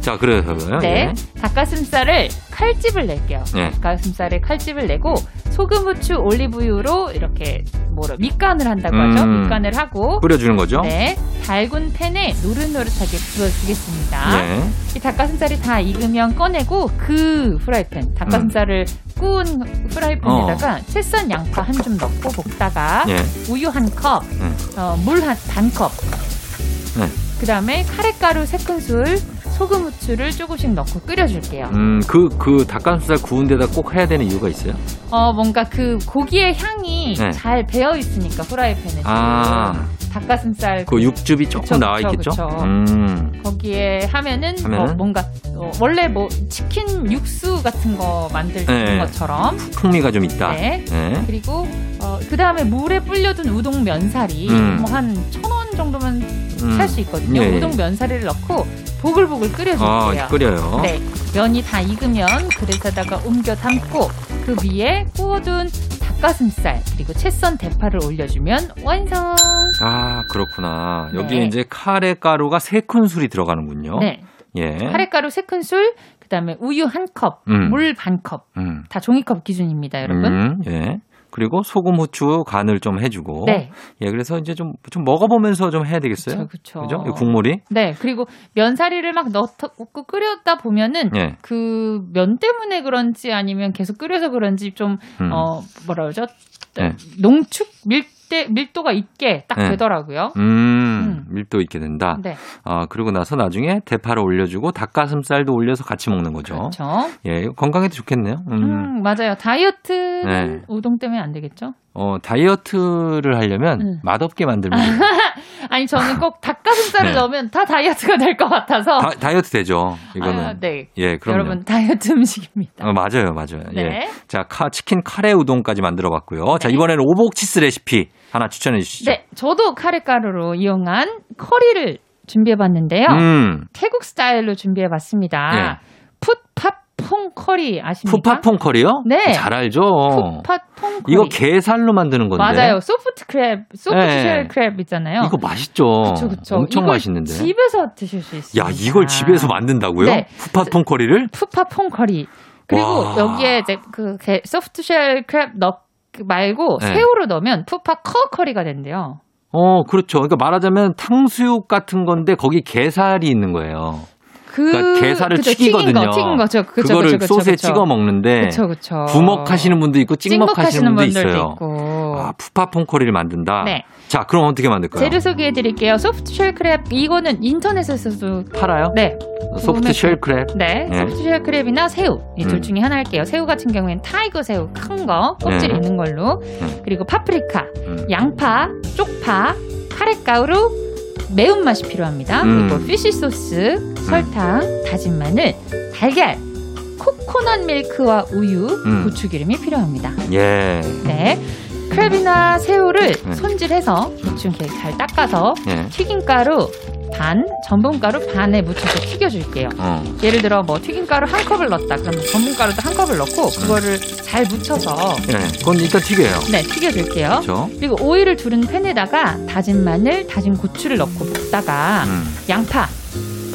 S1: 자, 그래서요.
S4: 네, 닭가슴살을 칼집을 낼게요.
S1: 예. 예.
S4: 닭가슴살에 칼집을 내고 소금, 후추, 올리브유로 이렇게 뭐라 밑간을 한다고 하죠.
S1: 음.
S4: 밑간을 하고
S1: 끓여주는 거죠?
S4: 네, 달군 팬에 노릇노릇하게 구워주겠습니다.
S1: 예.
S4: 이 닭가슴살이 다 익으면 꺼내고 그 후라이팬 닭가슴살을 구운 후라이팬에다가 채썬 양파 한 줌 넣고 볶다가
S1: 어. 예.
S4: 우유 한 컵,
S1: 음.
S4: 어, 물한반 컵.
S1: 네.
S4: 그다음에 카레가루 세 큰술, 소금 후추를 조금씩 넣고 끓여줄게요.
S1: 음, 그, 그 닭가슴살 구운 데다 꼭 해야 되는 이유가 있어요?
S4: 어 뭔가 그 고기의 향이
S1: 네.
S4: 잘 배어 있으니까 후라이팬에
S1: 아,
S4: 닭가슴살
S1: 그 육즙이 조금
S4: 그쵸,
S1: 나와
S4: 그쵸,
S1: 있겠죠?
S4: 그쵸.
S1: 음,
S4: 거기에 하면은,
S1: 하면은?
S4: 어, 뭔가 어, 원래 뭐 치킨 육수 같은 거 만들 수
S1: 네.
S4: 있는 것처럼
S1: 풍미가 좀 있다.
S4: 네.
S1: 예.
S4: 그리고 그 다음에 물에 불려둔 우동 면사리
S1: 음.
S4: 뭐 한 천 원 정도면
S1: 음.
S4: 살 수 있거든요.
S1: 예, 예.
S4: 우동 면사리를 넣고 보글보글
S1: 아,
S4: 끓여줄게요.
S1: 끓여요.
S4: 네, 면이 다 익으면 그릇에다가 옮겨 담고 그 위에 구워둔 닭가슴살 그리고 채썬 대파를 올려주면 완성.
S1: 아, 그렇구나. 여기
S4: 네.
S1: 이제 카레 가루가 세 큰술이 들어가는군요.
S4: 네,
S1: 예.
S4: 카레가루 세 큰술, 그다음에 우유 한 컵,
S1: 음.
S4: 물 반 컵,
S1: 음.
S4: 다 종이컵 기준입니다, 여러분.
S1: 음, 예. 그리고 소금 후추 간을 좀 해주고.
S4: 네,
S1: 예, 그래서 이제 좀, 좀 먹어보면서 좀 해야
S4: 그렇죠,
S1: 되겠어요. 그죠? 이
S4: 그렇죠.
S1: 국물이.
S4: 네, 그리고 면사리를 막 넣고 끓였다 보면은
S1: 예.
S4: 그 면 때문에 그런지 아니면 계속 끓여서 그런지 좀
S1: 음.
S4: 어, 뭐라 그러죠?
S1: 네.
S4: 농축 밀대, 밀도가 있게 딱
S1: 네.
S4: 되더라고요.
S1: 음,
S4: 음.
S1: 밀도 있게 된다.
S4: 네.
S1: 아, 그리고 나서 나중에 대파를 올려주고 닭가슴살도 올려서 같이 먹는 거죠.
S4: 그렇죠.
S1: 예, 이거 건강에도 좋겠네요. 음.
S4: 음, 맞아요. 다이어트는
S1: 네.
S4: 우동 때문에 안 되겠죠?
S1: 어, 다이어트를 하려면
S4: 음.
S1: 맛없게 만들면
S4: [LAUGHS]
S1: 돼요.
S4: 아니, 저는
S1: [LAUGHS]
S4: 꼭 닭가슴살을
S1: 네.
S4: 넣으면 다 다이어트가 될 것 같아서.
S1: 다, 다이어트 되죠. 이거는.
S4: 아, 네.
S1: 예, 그럼요.
S4: 여러분, 다이어트 음식입니다.
S1: 어, 맞아요, 맞아요. 예.
S4: 네.
S1: 자, 카, 치킨 카레 우동까지 만들어 봤고요. 자,
S4: 네.
S1: 이번에는 오복치스 레시피 하나 추천해 주시죠.
S4: 네. 저도 카레가루로 이용한 커리를 준비해봤는데요.
S1: 음.
S4: 태국 스타일로 준비해봤습니다.
S1: 예.
S4: 풋팟퐁 커리 아십니까?
S1: 푸팟퐁 커리요?
S4: 네.
S1: 잘 알죠.
S4: 풋팟퐁 커리.
S1: 이거 게살로 만드는 건데.
S4: 맞아요. 소프트 크랩, 소프트
S1: 네.
S4: 쉘 크랩 있잖아요.
S1: 이거 맛있죠.
S4: 그쵸, 그쵸.
S1: 엄청
S4: 이걸
S1: 맛있는데.
S4: 집에서 드실 수 있어요.
S1: 야, 이걸 집에서 만든다고요?
S4: 네.
S1: 푸팟퐁 커리를?
S4: 푸파 퐁커리. 그리고
S1: 와.
S4: 여기에 이제 그 게- 소프트쉘 크랩 넣그 말고
S1: 네.
S4: 새우를 넣으면 푸파 커커리가 된대요.
S1: 어, 그렇죠. 그러니까 말하자면 탕수육 같은 건데 거기 게살이 있는 거예요.
S4: 그
S1: 그러니까 게살을
S4: 그쵸,
S1: 튀기거든요.
S4: 튀긴 거, 튀긴 거죠. 그쵸,
S1: 거를
S4: 그쵸, 그쵸,
S1: 소스에
S4: 그쵸.
S1: 찍어 먹는데
S4: 그쵸, 그쵸.
S1: 부먹하시는 분도 있고 찍먹하시는 분도
S4: 분들도
S1: 있어요.
S4: 있고.
S1: 아, 푸팟퐁 커리를 만든다.
S4: 네.
S1: 자, 그럼 어떻게 만들까요?
S4: 재료 소개해 드릴게요. 소프트쉘 크랩 이거는 인터넷에서도
S1: 팔아요?
S4: 네,
S1: 소프트
S4: 구매해
S1: 쉘 크랩.
S4: 네,
S1: 네.
S4: 소프트쉘 크랩이나 새우 이 둘
S1: 음.
S4: 중에 하나 할게요. 새우 같은 경우에는 타이거 새우 큰 거 껍질
S1: 네.
S4: 있는 걸로
S1: 네.
S4: 그리고 파프리카,
S1: 음.
S4: 양파, 쪽파, 카레가루 매운 맛이 필요합니다.
S1: 음.
S4: 그리고 피쉬 소스, 설탕, 다진 마늘, 달걀, 코코넛 밀크와 우유,
S1: 음.
S4: 고추기름이 필요합니다.
S1: 예.
S4: 네, 크랩이나 새우를
S1: 네.
S4: 손질해서 대충 이렇게 잘 닦아서
S1: 예.
S4: 튀김가루 반, 전분가루 반에 묻혀서 튀겨줄게요.
S1: 어.
S4: 예를 들어 뭐 튀김가루 한 컵을 넣었다 그러면 전분가루도 한 컵을 넣고
S1: 음.
S4: 그거를 잘 묻혀서
S1: 예. 그건 일단 튀겨요.
S4: 네 튀겨줄게요.
S1: 그렇죠?
S4: 그리고 오일을 두른 팬에다가 다진 마늘, 다진 고추를 넣고 볶다가
S1: 음.
S4: 양파,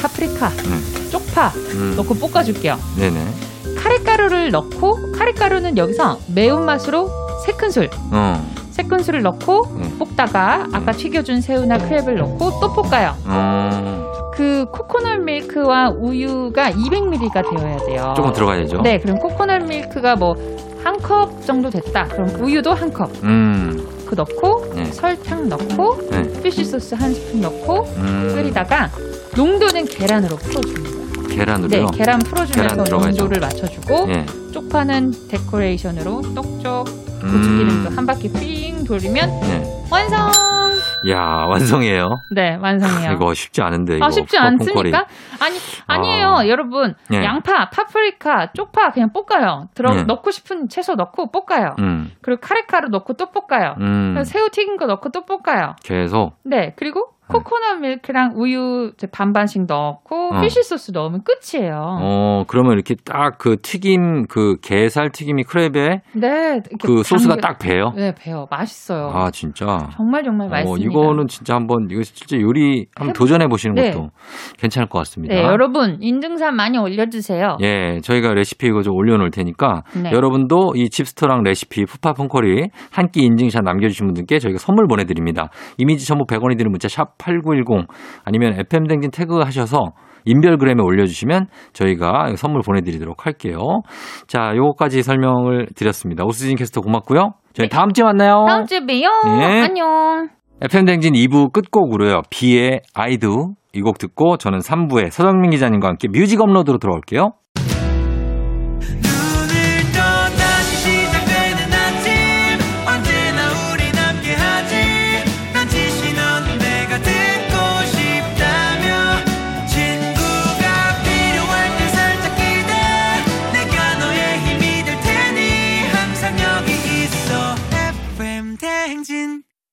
S4: 파프리카,
S1: 음.
S4: 쪽파
S1: 음.
S4: 넣고 볶아줄게요.
S1: 네네.
S4: 카레가루를 넣고 카레가루는 여기서 매운맛으로 세 큰술,
S1: 어.
S4: 세 큰술을 넣고
S1: 음.
S4: 볶다가 아까 튀겨준 새우나 크랩을 넣고 또 볶아요.
S1: 어.
S4: 그 코코넛 밀크와 우유가 200ml가 되어야 돼요.
S1: 조금 들어가야죠.
S4: 네, 그럼 코코넛 밀크가 뭐 한 컵 정도 됐다. 그럼 우유도 한 컵.
S1: 음.
S4: 그 넣고
S1: 네.
S4: 설탕 넣고
S1: 네.
S4: 피쉬 소스 한 스푼 넣고
S1: 음.
S4: 끓이다가 농도는 계란으로 풀어줍니다. 네,
S1: 계란으로요.
S4: 계란 풀어주면서
S1: 계란 들어가죠.
S4: 농도를 맞춰주고
S1: 예.
S4: 쪽파는 데코레이션으로 똑쪽
S1: 음.
S4: 고추기름도 한 바퀴 삥 돌리면
S1: 예.
S4: 완성.
S1: 야 완성이에요.
S4: 네, 완성이에요.
S1: 이거 쉽지 않은데 이거.
S4: 아 쉽지
S1: 콩콩거리.
S4: 않습니까? 아니 아니에요,
S1: 아.
S4: 여러분.
S1: 예.
S4: 양파, 파프리카, 쪽파 그냥 볶아요. 들어
S1: 예.
S4: 넣고 싶은 채소 넣고 볶아요.
S1: 음.
S4: 그리고 카레가루 넣고 또 볶아요.
S1: 음.
S4: 그리고 새우 튀긴 거 넣고 또 볶아요.
S1: 계속.
S4: 네, 그리고
S1: 네.
S4: 코코넛 밀크랑 우유 이제 반반씩 넣고
S1: 어.
S4: 피쉬 소스 넣으면 끝이에요.
S1: 어 그러면 이렇게 딱 그 튀김 그 게살 튀김이 크랩에
S4: 네, 이렇게
S1: 그 소스가
S4: 당겨-
S1: 딱 배요.
S4: 네 배요. 맛있어요.
S1: 아 진짜.
S4: 정말 정말
S1: 어,
S4: 맛있습니다.
S1: 이거는 진짜 한번 이거 실제 요리 한번
S4: 해보-
S1: 도전해 보시는
S4: 네.
S1: 것도 괜찮을 것 같습니다.
S4: 네, 여러분 인증샷 많이 올려주세요.
S1: 예, 저희가 레시피 이거 좀 올려놓을 테니까
S4: 네.
S1: 예, 여러분도 이 칩스토랑 레시피 푸파 펑커리 한 끼 인증샷 남겨주신 분들께 저희가 선물 보내드립니다. 이미지 첨부 100원이 드는 문자 샵 8910 아니면 FM 댕진 태그하셔서 인별그램에 올려주시면 저희가 선물 보내드리도록 할게요. 자, 요거까지 설명을 드렸습니다. 오수진 캐스터 고맙고요. 저희 다음 주에 만나요.
S4: 네. 다음 주에 봬요.
S1: 네.
S4: 안녕.
S1: FM 댕진 2부 끝곡으로요. 비의 아이두 이 곡 듣고 저는 3부에 서정민 기자님과 함께 뮤직 업로드로 돌아올게요.
S5: 오늘 또 다시 시작되는 아침 언제나 우리 함께하지 난 지시 넌 내가 듣고 싶다며 친구가 필요할 때 살짝 기대 내가 너의 힘이 될 테니 항상 여기 있어 FM 대행진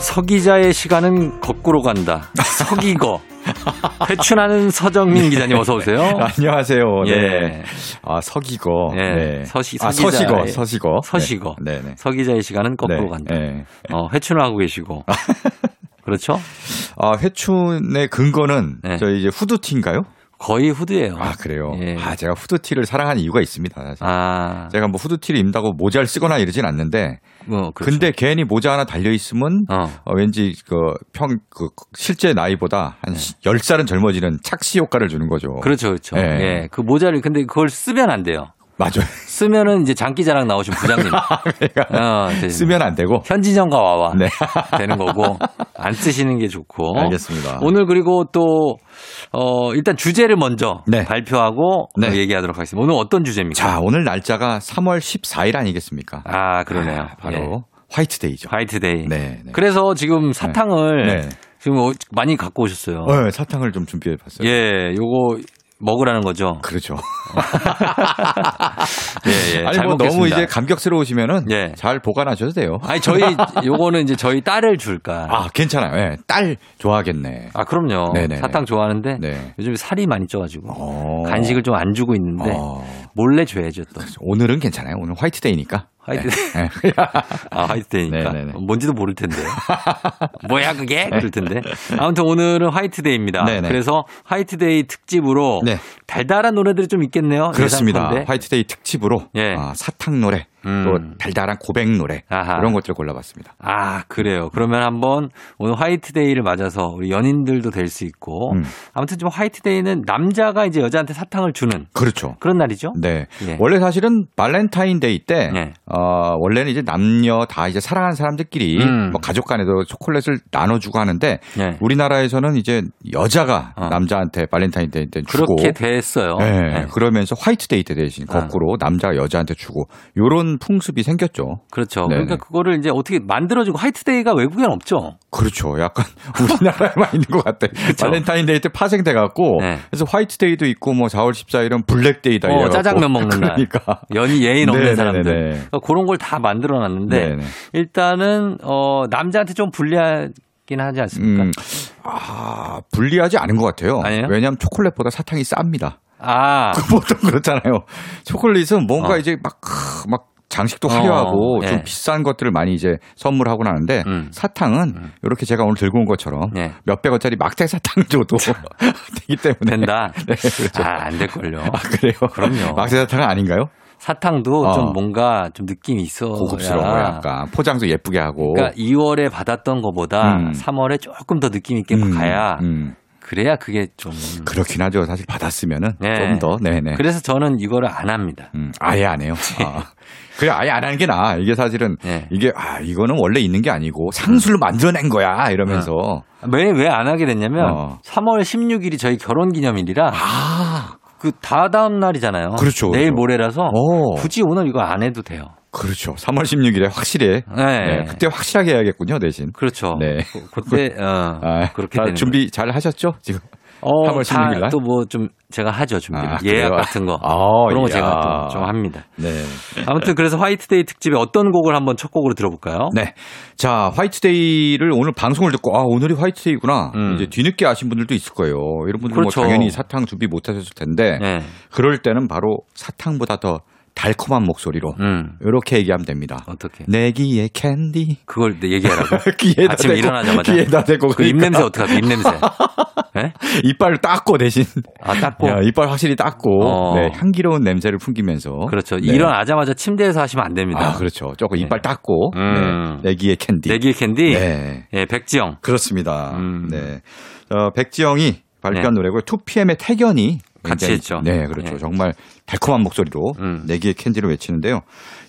S1: 서 기자의 시간은 거꾸로 간다.
S6: [LAUGHS]
S1: 서기거. 회춘하는 서정민 기자님 어서 오세요.
S6: 안녕하세요. 네.
S1: 예.
S6: 아, 서기거.
S1: 예.
S6: 네.
S1: 서시-
S6: 아,
S1: 서기자.
S6: 서시거.
S1: 예.
S6: 서시거.
S1: 서시거.
S6: 네, 네.
S1: 서 기자의 시간은 거꾸로
S6: 네.
S1: 간다.
S6: 예.
S1: 어, 회춘을 하고
S6: [LAUGHS]
S1: 계시고. 그렇죠?
S6: 아, 회춘의 근거는
S1: 네.
S6: 저희 이제 후드티인가요?
S1: 거의 후드예요.
S6: 아, 그래요.
S1: 예.
S6: 아, 제가 후드티를 사랑하는 이유가 있습니다. 사실.
S1: 아,
S6: 제가 뭐 후드티를 입는다고 모자를 쓰거나 이러진 않는데
S1: 뭐, 그렇죠.
S6: 근데 괜히 모자 하나 달려 있으면
S1: 어.
S6: 어, 왠지 그 평 그 실제 나이보다 한 10살은 젊어지는 착시 효과를 주는 거죠.
S1: 네. 그렇죠, 그렇죠.
S6: 예.
S1: 예. 그 모자를 근데 그걸 쓰면 안 돼요.
S6: 맞아요.
S1: 쓰면은 이제 장기자랑 나오신
S6: [LAUGHS]
S1: 부장님. 어, 이제
S6: 아, 쓰면 안 되고.
S1: 현진영과 와와
S6: 네.
S1: [LAUGHS] 되는 거고 안 쓰시는 게 좋고.
S6: 알겠습니다.
S1: 어? 오늘 그리고 또 어, 일단 주제를 먼저
S6: 네.
S1: 발표하고
S6: 네.
S1: 어, 얘기하도록 하겠습니다. 오늘 어떤 주제입니까?
S6: 자, 오늘 날짜가 3월 14일 아니겠습니까?
S1: 아, 그러네요.
S6: 아, 바로 화이트데이죠.
S1: 화이트데이.
S6: 네. 네.
S1: 그래서 지금 사탕을
S6: 네.
S1: 지금 어- 많이 갖고 오셨어요.
S6: 어, 사탕을 좀 준비해 봤어요.
S1: 예, 요거 먹으라는 거죠.
S6: 그렇죠.
S1: 예, 예.
S6: 아니
S1: 잘
S6: 뭐
S1: 먹겠습니다.
S6: 너무 이제 감격스러우시면은
S1: 예.
S6: 잘 보관하셔도 돼요.
S1: 아니
S6: [LAUGHS]
S1: 저희 요거는 이제 저희 딸을 줄까. 아,
S6: 아, 괜찮아요. 예. 딸 좋아하겠네.
S1: 그럼요.
S6: 네네네.
S1: 사탕 좋아하는데
S6: 네.
S1: 요즘 살이 많이 쪄가지고
S6: 어.
S1: 간식을 좀 안 주고 있는데
S6: 어.
S1: 몰래 줘야죠 또.
S6: 오늘은 괜찮아요. 오늘 화이트데이니까.
S1: 화이트
S6: 네.
S1: [LAUGHS] 아 화이트데이니까
S6: 네네네. 네.
S1: 뭔지도 모를
S6: [LAUGHS]
S1: 텐데 뭐야 그게 그럴 텐데 아무튼 오늘은 화이트데이입니다.
S6: 네네.
S1: 그래서 화이트데이 특집으로
S6: 네.
S1: 달달한 노래들이 좀 있겠네요.
S6: 그렇습니다.
S1: 아, 예상컨대.
S6: 화이트데이 특집으로
S1: 예.
S6: 아, 사탕 노래,
S1: 음.
S6: 또 달달한 고백 노래
S1: 아하.
S6: 이런 것들을 골라봤습니다.
S1: 아, 그래요. 그러면 한번 오늘 화이트데이를 맞아서 우리 연인들도 될 수 있고
S6: 음.
S1: 아무튼 좀 화이트데이는 남자가 이제 여자한테 사탕을 주는
S6: 그렇죠.
S1: 그런 날이죠.
S6: 네.
S1: 예.
S6: 원래 사실은 발렌타인데이 때,
S1: 예.
S6: 어, 원래는 이제 남녀 다 이제 사랑하는 사람들끼리
S1: 음.
S6: 뭐 가족 간에도 초콜릿을 나눠주고 하는데
S1: 예.
S6: 우리나라에서는 이제 여자가
S1: 어.
S6: 남자한테 발렌타인데이 때 주고
S1: 그렇게 됐어요.
S6: 예,
S1: 네.
S6: 그러면서 화이트데이 때 대신
S1: 아.
S6: 거꾸로 남자가 여자한테 주고 요런 풍습이 생겼죠.
S1: 그렇죠.
S6: 네네.
S1: 그러니까 그거를 이제 어떻게 만들어주고 화이트데이가 외국엔 없죠.
S6: 그렇죠. 약간 [LAUGHS] 우리나라에만 있는 것 같아.
S1: 그렇죠.
S6: 발렌타인데이 때 파생돼 갖고
S1: 네.
S6: 그래서 화이트데이도 있고 뭐 4월 14일은 블랙데이다
S1: 어,
S6: 이래갖고.
S1: 짜장면
S6: [LAUGHS]
S1: 먹는 날.
S6: 그러니까.
S1: 연이 예인 없는
S6: 네네네네.
S1: 사람들. 그러니까 그런 걸 다 만들어 놨는데
S6: 네네.
S1: 일단은 어 남자한테 좀 불리하긴 하지 않습니까?
S6: 음, 아, 불리하지 않은 것 같아요.
S1: 아니에요?
S6: 왜냐하면
S1: [LAUGHS]
S6: 초콜릿보다 사탕이 쌉니다.
S1: 아,
S6: 보통 그렇잖아요. 초콜릿은 뭔가
S1: 어.
S6: 이제 막, 크, 막 장식도
S1: 어,
S6: 화려하고
S1: 예.
S6: 좀 비싼 것들을 많이 이제 선물하고 나는데
S1: 음.
S6: 사탕은
S1: 음.
S6: 이렇게 제가 오늘 들고 온 것처럼
S1: 예.
S6: 몇백 원짜리 막대 사탕 줘도 [LAUGHS] 되기 때문에
S1: 된다.
S6: [LAUGHS] 네, 그렇죠.
S1: 아, 안 될걸요.
S6: 아, 그래요?
S1: 그럼요.
S6: 막대 사탕은 아닌가요?
S1: 사탕도
S6: 어.
S1: 좀 뭔가 좀 느낌이 있어.
S6: 고급스러워 약간 포장도 예쁘게 하고
S1: 그러니까 2월에 받았던 것보다
S6: 음.
S1: 3월에 조금 더 느낌 있게
S6: 음,
S1: 가야
S6: 음.
S1: 그래야 그게 좀.
S6: 그렇긴 하죠. 사실 받았으면은
S1: 네.
S6: 좀 더 네네.
S1: 그래서 저는 이거를 안 합니다.
S6: 음, 아예 안 해요. 아. 그래 아예 안 하는 게 나아. 이게 사실은
S1: 네. 음.
S6: 이게 아 이거는 원래 있는 게 아니고 상술로 만들어낸 거야 이러면서
S1: 왜, 왜 안 하게 됐냐면
S6: 어.
S1: 3월 16일이 저희 결혼 기념일이라
S6: 아
S1: 그 다다음 날이잖아요.
S6: 그렇죠,
S1: 내일
S6: 그렇죠.
S1: 모레라서
S6: 어.
S1: 굳이 오늘 이거 안 해도 돼요.
S6: 그렇죠. 3월 16일에 확실히
S1: 네.
S6: 네, 그때 확실하게 해야겠군요 대신.
S1: 그렇죠.
S6: 네.
S1: 그- 그때
S6: [LAUGHS]
S1: 어,
S6: 아,
S1: 그렇게
S6: 다
S1: 되는
S6: 준비 잘 하셨죠 지금?
S1: 거예요. 어,
S6: 3월 16일 날?
S1: 또뭐 좀 제가 하죠 준비.
S6: 아,
S1: 를
S6: 그래요?
S1: 예약 같은 거
S6: 아,
S1: 그런 거
S6: 야.
S1: 제가 또 좀 합니다.
S6: 네.
S1: 아무튼 그래서 화이트데이 특집에 어떤 곡을 한번 첫 곡으로 들어볼까요?
S6: 네. 자, 화이트데이를 오늘 방송을 듣고, 아, 오늘이 화이트데이구나.
S1: 음.
S6: 이제 뒤늦게 아신 분들도 있을 거예요. 이런 분들
S1: 그렇죠.
S6: 뭐 당연히 사탕 준비 못 하셨을 텐데,
S1: 네.
S6: 그럴 때는 바로 사탕보다 더 달콤한 목소리로,
S1: 음
S6: 이렇게 얘기하면 됩니다.
S1: 어떻게 네.
S6: 내 귀에
S1: [LAUGHS]
S6: 캔디.
S1: 그걸 내
S6: [LAUGHS]
S1: 얘기하라고.
S6: 귀에다
S1: 아침에
S6: 대고,
S1: 일어나자마자.
S6: 귀에다 대고.
S1: 그 입냄새 어떡하죠?
S6: [LAUGHS]
S1: 입냄새. 예?
S6: 이빨 닦고 대신.
S1: 아 닦고.
S6: 야, 이빨 확실히 닦고,
S1: 어.
S6: 네, 향기로운 냄새를 풍기면서.
S1: 그렇죠.
S6: 네.
S1: 일어나자마자 침대에서 하시면 안 됩니다.
S6: 아, 그렇죠. 조금
S1: 네.
S6: 이빨 닦고,
S1: 음.
S6: 네, 내 귀에 캔디.
S1: 내기 캔디.
S6: 네.
S1: 예, 백지영.
S6: 그렇습니다.
S1: 음.
S6: 네. 어, 백지영이 발표한
S1: 네.
S6: 노래고요. 2PM의 태견이
S1: 같이
S6: 굉장히-
S1: 했죠.
S6: 네, 그렇죠.
S1: 네.
S6: 정말 달콤한 목소리로
S1: 음.
S6: 내기의 캔디를 외치는데요.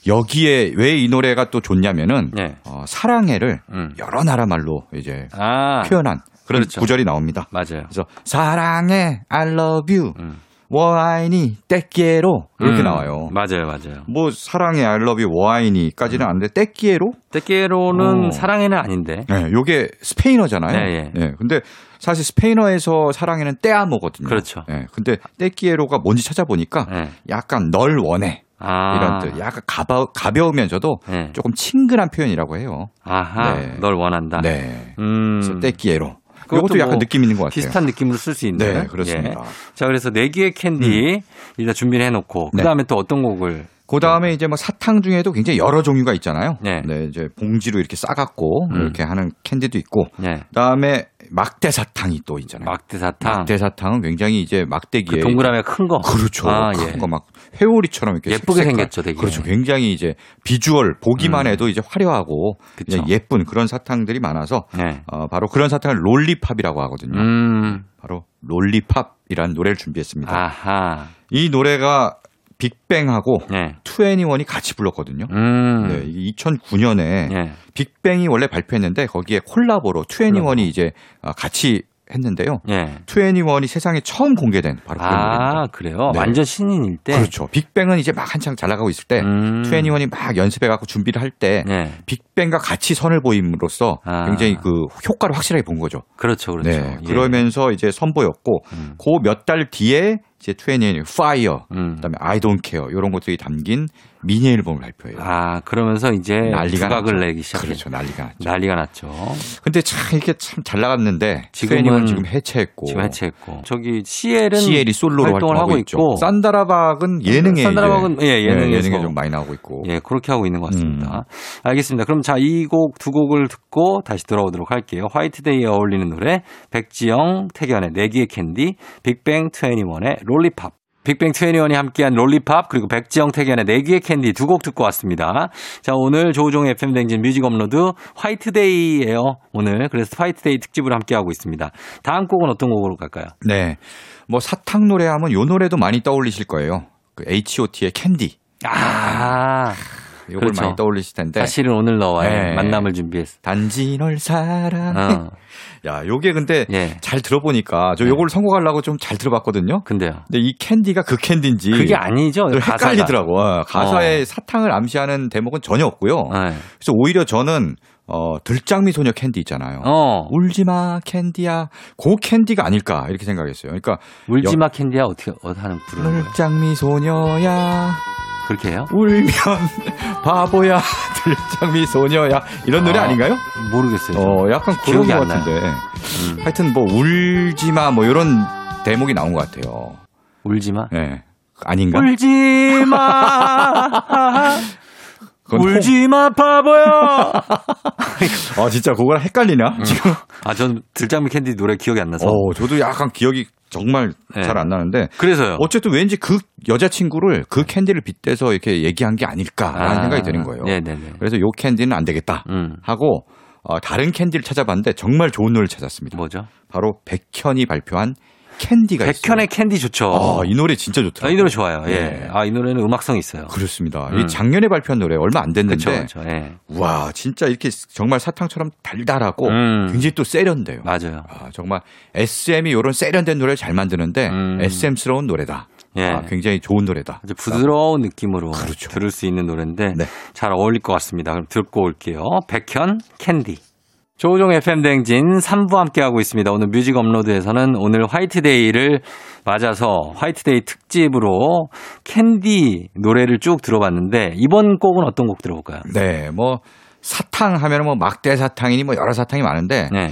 S6: 여기에 왜 이 노래가 또 좋냐면은
S1: 네.
S6: 어, 사랑해를
S1: 음.
S6: 여러 나라 말로 이제
S1: 아
S6: 표현한 그런
S1: 그렇죠.
S6: 구절이 나옵니다.
S1: 맞아요.
S6: 그래서 사랑해, I love you,
S1: 음.
S6: 워아이니, 떼끼에로 이렇게
S1: 음,
S6: 나와요.
S1: 맞아요, 음. 맞아요.
S6: 뭐 사랑해, I love you, 워아이니까지는 안 돼. 떼끼에로
S1: 때깨로는
S6: 오.
S1: 사랑에는 아닌데.
S6: 네, 요게 스페인어잖아요.
S1: 네,
S6: 네, 근데 사실 스페인어에서 사랑에는 떼아모거든요.
S1: 그렇죠.
S6: 네, 근데 떼끼에로가 뭔지 찾아보니까
S1: 네.
S6: 약간 널 원해
S1: 아.
S6: 이런 뜻. 약간 가바, 가벼우면서도
S1: 네.
S6: 조금 친근한 표현이라고 해요.
S1: 아하,
S6: 네.
S1: 널 원한다.
S6: 네.
S1: 음,
S6: 그래서 떼끼에로.
S1: 그것도
S6: 이것도 약간
S1: 뭐
S6: 느낌 있는 것 같아요.
S1: 비슷한 느낌으로 쓸 수 있는.
S6: 네, 그렇습니다.
S1: 예. 자, 그래서 네 개의 캔디
S6: 음.
S1: 일단 준비를 해놓고 그
S6: 네.
S1: 다음에 또 어떤 곡을
S6: 그 다음에 이제 뭐 사탕 중에도 굉장히 여러 종류가 있잖아요.
S1: 네.
S6: 이제 봉지로 이렇게 싸갖고
S1: 음.
S6: 이렇게 하는 캔디도 있고,
S1: 예.
S6: 그 다음에 막대 사탕이 또 있잖아요.
S1: 막대 사탕,
S6: 막대 사탕은 굉장히 이제 막대기에
S1: 그 동그라미 큰 거.
S6: 그렇죠.
S1: 아,
S6: 큰
S1: 예.
S6: 거 막 회오리처럼 이렇게
S1: 예쁘게
S6: 색색깔.
S1: 생겼죠, 되게.
S6: 그렇죠. 굉장히 이제 비주얼 보기만
S1: 음.
S6: 해도 이제 화려하고
S1: 그쵸.
S6: 그냥 예쁜 그런 사탕들이 많아서
S1: 네.
S6: 어, 바로 그런 사탕을 롤리팝이라고 하거든요.
S1: 음,
S6: 바로 롤리팝이라는 노래를 준비했습니다.
S1: 아하,
S6: 이 노래가 빅뱅하고
S1: 네,
S6: 투애니원이 같이 불렀거든요.
S1: 음,
S6: 네, 이게 2009년에
S1: 예.
S6: 빅뱅이 원래 발표했는데 거기에 콜라보로 투애니원이 이제 어, 같이 했는데요.
S1: 예.
S6: 투애니원이 세상에 처음 공개된 바로 그런 노래입니다.
S1: 아, 그래요?
S6: 네.
S1: 완전 신인일 때.
S6: 그렇죠. 빅뱅은 이제 막 한창 잘 나가고 있을 때
S1: 음.
S6: 투애니원이 막 연습해갖고 준비를 할 때
S1: 네.
S6: 빅뱅과 같이 선을 보임으로써
S1: 아.
S6: 굉장히 그 효과를 확실하게 본 거죠.
S1: 그렇죠, 그렇죠.
S6: 네.
S1: 예.
S6: 그러면서 이제 선보였고
S1: 음.
S6: 그 몇 달 뒤에 이제 투애니원이 파이어,
S1: 음.
S6: 그다음에 아이 돈 케어 이런 것들이 담긴 미니 앨범을 발표해요.
S1: 아, 그러면서 이제
S6: 난리가
S1: 두각을
S6: 났죠.
S1: 내기 네. 시작해.
S6: 그렇죠. 난리가 났죠.
S1: 난리가 났죠.
S6: 근데 참 이게 참 잘 나갔는데
S1: 지금은-
S6: 투애니원 지금 해체했고
S1: 지금 해체했고. 저기 CL은
S6: CL이 솔로로
S1: 활동을
S6: 활동하고
S1: 하고
S6: 있죠.
S1: 있고.
S6: 산다라박은 예능에
S1: 산다라박은
S6: 이제-
S1: 예, 예능에서.
S6: 예, 예능에 좀 많이 나오고 있고.
S1: 예, 그렇게 하고 있는 것 같습니다.
S6: 음.
S1: 알겠습니다. 그럼 자, 이 곡 두 곡을 듣고 다시 돌아오도록 할게요. 화이트데이에 어울리는 노래, 백지영, 태견의 내기의 캔디, 빅뱅 21의 롤리팝. 빅뱅 21이 함께한 롤리팝, 그리고 백지영, 태견의 내기의 캔디 두 곡 듣고 왔습니다. 자, 오늘 조우종 FM 댕진 뮤직 업로드 화이트데이예요 오늘. 그래서 화이트데이 특집을 함께하고 있습니다. 다음 곡은 어떤 곡으로 갈까요?
S6: 네. 뭐 사탕 노래 하면 요 노래도 많이 떠올리실 거예요. 그 H.O.T의 캔디.
S1: 아,
S6: 요걸
S1: 그렇죠.
S6: 많이 떠올리실 텐데.
S1: 사실은 오늘 너와의
S6: 네.
S1: 만남을 준비했어.
S6: 단지 널 사랑해.
S1: 어,
S6: 야, 요게 근데
S1: 예. 네.
S6: 잘 들어보니까 저 요걸 선곡하려고 좀 잘 들어봤거든요.
S1: 근데요.
S6: 근데 이 캔디가 그 캔디인지
S1: 그게 아니죠.
S6: 늘
S1: 가사가.
S6: 헷갈리더라고. 어, 가사에 사탕을 암시하는 대목은 전혀 없고요.
S1: 네.
S6: 그래서 오히려 저는 어, 들장미 소녀 캔디 있잖아요.
S1: 어.
S6: 울지 마 캔디야. 고 캔디가 아닐까 이렇게 생각했어요. 그러니까
S1: 울지마 캔디야 어떻게 어 하는
S6: 음.
S1: 부르는 거예요?
S6: 들장미 소녀야.
S1: 그렇게 해요?
S6: 울면 [LAUGHS] 바보야 들장미 소녀야 이런 노래
S1: 아,
S6: 아닌가요?
S1: 모르겠어요. 저는.
S6: 어 약간 그런
S1: 기억이
S6: 것
S1: 안 나요.
S6: 같은데
S1: 음.
S6: 하여튼 뭐 울지마 뭐 이런 대목이 나온 것 같아요. 네.
S1: 울지마.
S6: 예 아닌가?
S1: 울지마.
S6: [LAUGHS] 그건
S1: 울지 마
S6: [LAUGHS]
S1: 바보야.
S6: 홍- 아 진짜 그거랑 헷갈리냐?
S1: [LAUGHS]
S6: 지금.
S1: 아 전 들장미 캔디 노래 기억이 안 나서.
S6: 어, 저도 약간 기억이 정말
S1: 네.
S6: 잘 안 나는데
S1: 그래서요.
S6: 어쨌든 왠지 그 여자친구를 그 캔디를 빗대서 이렇게 얘기한 게 아닐까라는
S1: 네. 아,
S6: 생각이 드는 거예요.
S1: 네네네.
S6: 그래서 요 캔디는 안 되겠다
S1: 음
S6: 하고 어, 다른 캔디를 찾아봤는데 정말 좋은 노래를 찾았습니다.
S1: 뭐죠?
S6: 바로 백현이 발표한 캔디가 있어요.
S1: 백현의 캔디 좋죠.
S6: 네, 아, 이 노래 진짜
S1: 아,
S6: 좋더라고요.
S1: 이 노래 좋아요. 예.
S6: 예.
S1: 아, 이 노래는 음악성 이 있어요.
S6: 그렇습니다.
S1: 음.
S6: 이 작년에 발표한 노래 얼마 안 됐는데
S1: 그렇죠. 그렇죠. 예.
S6: 와 진짜 이렇게 정말 사탕처럼 달달하고
S1: 음.
S6: 굉장히 또 세련돼요.
S1: 맞아요.
S6: 아, 정말 SM이 이런 세련된 노래를 잘 만드는데
S1: 음.
S6: SM스러운 노래다.
S1: 예.
S6: 아, 굉장히 좋은 노래다.
S1: 아주 부드러운 느낌으로
S6: 그렇죠.
S1: 들을 수 있는 노래인데
S6: 네.
S1: 잘 어울릴 것 같습니다. 그럼 듣고 올게요. 백현 캔디. 조우종 FM 댕진 3부 함께하고 있습니다. 오늘 뮤직 업로드에서는 오늘 화이트데이를 맞아서 화이트데이 특집으로 캔디 노래를 쭉 들어봤는데 이번 곡은 어떤 곡 들어볼까요?
S6: 네, 뭐 사탕 하면 뭐 막대 사탕이니 뭐 여러 사탕이 많은데
S1: 네.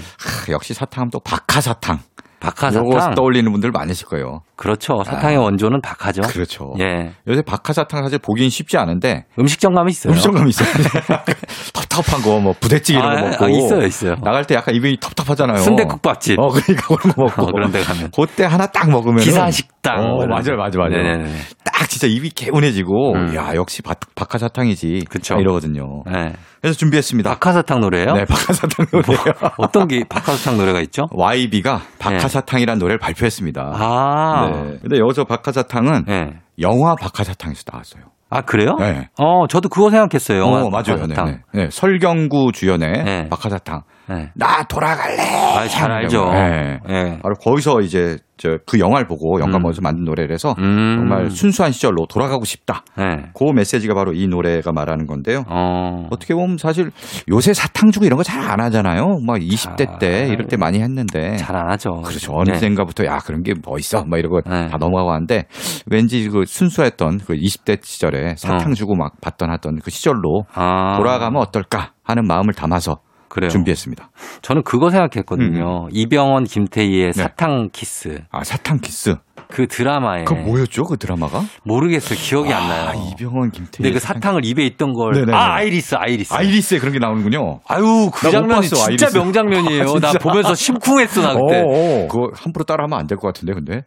S6: 하, 역시 사탕하면 또 박하사탕. 요거
S1: 박하사탕.
S6: 떠올리는 분들 많으실 거예요.
S1: 그렇죠. 사탕의 원조는 박하죠.
S6: 그렇죠.
S1: 예.
S6: 요새 박하사탕 사실 보긴 쉽지 않은데
S1: 음식점 가면 있어요. [LAUGHS]
S6: 음식점감 있어요. [LAUGHS] 텁텁한 거 뭐 부대찌개 이런
S1: 아,
S6: 거 먹고
S1: 아, 있어요, 있어요.
S6: 나갈 때 약간 입이 텁텁하잖아요.
S1: 순대국밥집.
S6: 어, 그러니까 그런 거 먹고.
S1: 어, 그런 데 가면.
S6: 그때 하나 딱 먹으면.
S1: 기사식당.
S6: 어,
S1: 뭐 이런
S6: 맞아요,
S1: 거.
S6: 맞아요, 맞아요.
S1: 네네네.
S6: 딱 진짜 입이 개운해지고,
S1: 음.
S6: 야 역시 바, 박하사탕이지.
S1: 그쵸.
S6: 이러거든요.
S1: 네.
S6: 그래서 준비했습니다.
S1: 박하사탕 노래예요? [LAUGHS] 뭐.
S6: 네, 박하사탕 노래요.
S1: 어떤 게 박하사탕 노래가 있죠?
S6: YB가 [LAUGHS] 박하사탕이라는 노래를 발표했습니다.
S1: 아,
S6: 네. 근데 여기서 박하사탕은
S1: 네.
S6: 영화 박하사탕에서 나왔어요.
S1: 아 그래요?
S6: 네.
S1: 어, 저도 그거 생각했어요. 영화
S6: 어, 맞아요.
S1: 박하사탕.
S6: 네, 네. 네, 설경구 주연의
S1: 네.
S6: 박하사탕.
S1: 네.
S6: 나 돌아갈래.
S1: 아, 잘 알죠.
S6: 네.
S1: 네.
S6: 바로 거기서 이제 저 그 영화를 보고 영감원에서 만든 노래를 해서
S1: 음.
S6: 정말 순수한 시절로 돌아가고 싶다.
S1: 네.
S6: 그 메시지가 바로 이 노래가 말하는 건데요.
S1: 어,
S6: 어떻게 보면 사실 요새 사탕 주고 이런 거 잘 안 하잖아요. 막 20대 때 이럴 때 많이 했는데.
S1: 잘 안 하죠.
S6: 그렇죠.
S1: 네.
S6: 언젠가부터 야 그런 게뭐 멋있어 막 이러고
S1: 네.
S6: 다 넘어가고 하는데 왠지 그 순수했던 그 20대 시절에 사탕
S1: 어.
S6: 주고 막 받던 하던 그 시절로
S1: 아,
S6: 돌아가면 어떨까 하는 마음을 담아서
S1: 그래요.
S6: 준비했습니다. 음,
S1: 저는 그거 생각했거든요. 이병헌 김태희의
S6: 네.
S1: 사탕 키스.
S6: 아 사탕 키스.
S1: 그 드라마에
S6: 그거 뭐였죠 그 드라마가?
S1: 모르겠어요. 기억이 안
S6: 아,
S1: 나요.
S6: 이병헌 김태희.
S1: 근데 그 사탕을 입에 있던 걸.
S6: 네네네.
S1: 아, 아이리스, 아이리스.
S6: 아이리스에 그런 게 나오는군요.
S1: 아유, 그
S6: 나못
S1: 장면이
S6: 봤어,
S1: 진짜
S6: 아이리스.
S1: 명장면이에요.
S6: [LAUGHS] 아, 진짜?
S1: 나 보면서 심쿵했어, 나 아, 그때.
S6: 그거 함부로 따라하면 안 될 것 같은데 근데.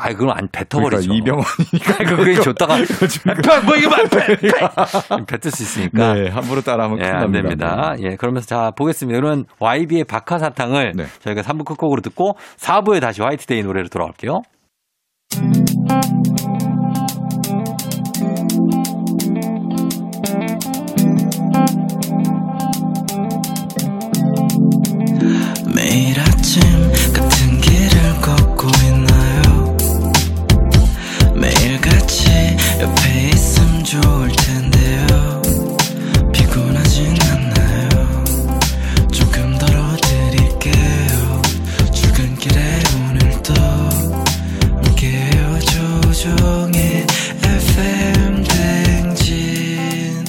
S1: 아이, 그럼 안
S6: 그러니까
S1: 뱉어버리죠.
S6: 이병헌이니까
S1: 그게 줬다가 [LAUGHS] 아, 뭐 이거 봐, [LAUGHS] 뱉- 뱉을 수 있으니까.
S6: 네, 함부로 따라하면
S1: 예,
S6: 큰일
S1: 안
S6: 납니다.
S1: 됩니다. 예, 그러면서 자, 보겠습니다. 이런 YB의 박하사탕을
S6: 네.
S1: 저희가 3부 끝곡으로 듣고 4부에 다시 화이트데이 노래로 돌아올게요.
S5: 매일 아침 같은 길을 걷고 있나요 매일 같이 옆에 있음 좋을 텐데요 피곤하진 않나요 조금 덜어드릴게요 출근길에 오늘도 함께해요 조종의 FM 댕진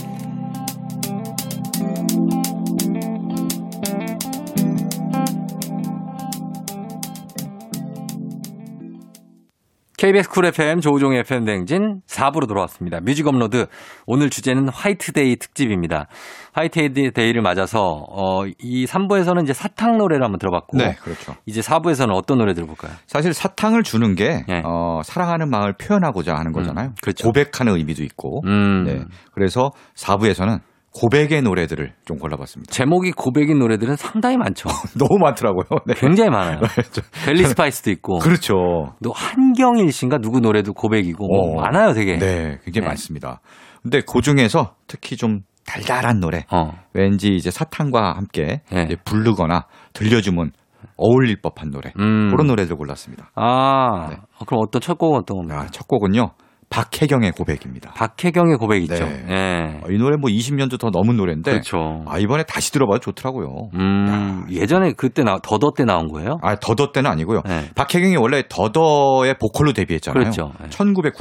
S1: KBS 쿨 FM 조우종 FM 댕진 4부로 돌아왔습니다. 뮤직 업로드 오늘 주제는 화이트데이 특집입니다. 화이트데이를 맞아서 어, 이 3부에서는 이제 사탕 노래를 한번 들어봤고
S6: 네, 그렇죠.
S1: 이제 4부에서는 어떤 노래 들어볼까요?
S6: 사실 사탕을 주는 게
S1: 예.
S6: 어, 사랑하는 마음을 표현하고자 하는 거잖아요.
S1: 그렇죠.
S6: 고백하는 의미도 있고.
S1: 음.
S6: 네. 그래서 4부에서는 고백의 노래들을 좀 골라봤습니다. [LAUGHS]
S1: 제목이 고백인 노래들은 상당히 많죠.
S6: 너무 많더라고요. [LAUGHS] 네.
S1: 굉장히 많아요. 벨리 스파이스도 있고
S6: 그렇죠.
S1: 또 한경일 씨인가 누구 노래도 고백이고 뭐
S6: 어.
S1: 많아요 되게.
S6: 네, 굉장히
S1: 네.
S6: 많습니다. 근데 그 중에서 특히 좀 달달한 노래,
S1: 어.
S6: 왠지 이제 사탕과 함께
S1: 네.
S6: 이제 부르거나 들려주면 어울릴 법한 노래
S1: 음.
S6: 그런 노래들 골랐습니다.
S1: 아
S6: 네.
S1: 어, 그럼 어떤 첫 곡은 어떤 겁니까?
S6: 아, 첫 곡은요 박혜경의 고백입니다.
S1: 박혜경의 고백 있죠.
S6: 아. 네.
S1: 예.
S6: 어, 이 노래 뭐 20년도 더 넘은 노래인데
S1: 그렇죠.
S6: 아, 이번에 다시 들어봐도 좋더라고요.
S1: 음, 예전에 그때 나, 더더 때 나온 거예요?
S6: 아 더더 때는 아니고요.
S1: 네.
S6: 박혜경이 원래 더더의 보컬로 데뷔했잖아요.
S1: 그렇죠. 네.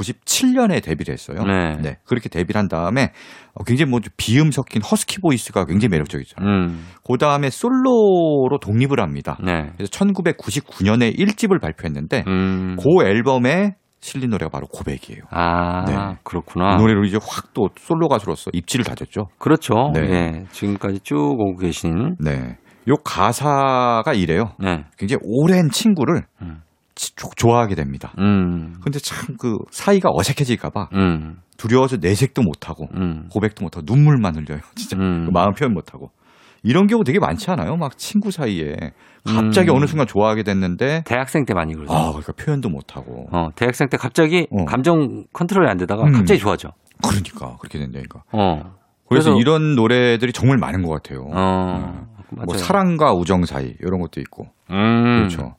S6: 1997년에 데뷔를 했어요.
S1: 네.
S6: 그렇게 데뷔를 한 다음에 어, 굉장히 뭐좀 비음 섞인 허스키 보이스가 굉장히 매력적이죠.
S1: 음,
S6: 그 다음에 솔로로 독립을 합니다.
S1: 네.
S6: 그래서 1999년에 1집을 발표했는데
S1: 음,
S6: 그 앨범에 실린 노래가 바로 고백이에요.
S1: 아,
S6: 네.
S1: 그렇구나.
S6: 이 노래로 이제 확 또 솔로 가수로서 입지를 다졌죠.
S1: 그렇죠.
S6: 네.
S1: 예. 지금까지 쭉 오고 계신.
S6: 네. 요 가사가 이래요.
S1: 네.
S6: 굉장히 오랜 친구를
S1: 음.
S6: 치- 조- 좋아하게 됩니다.
S1: 음.
S6: 근데 참 그 사이가 어색해질까봐
S1: 음.
S6: 두려워서 내색도 못하고
S1: 음.
S6: 고백도 못하고 눈물만 흘려요. [LAUGHS] 진짜
S1: 음.
S6: 그 마음 표현 못하고. 이런 경우 되게 많지 않아요? 막 친구 사이에 갑자기
S1: 음.
S6: 어느 순간 좋아하게 됐는데
S1: 대학생 때 많이 그러죠.
S6: 아, 그러니까 표현도 못하고.
S1: 어, 대학생 때 갑자기
S6: 어.
S1: 감정 컨트롤이 안 되다가
S6: 음.
S1: 갑자기 좋아져.
S6: 그러니까 그렇게 된다니까.
S1: 어.
S6: 그래서,
S1: 그래서-
S6: 이런 노래들이 정말 많은 것 같아요.
S1: 어. 맞아요.
S6: 뭐 사랑과 우정 사이 이런 것도 있고.
S1: 음.
S6: 그렇죠.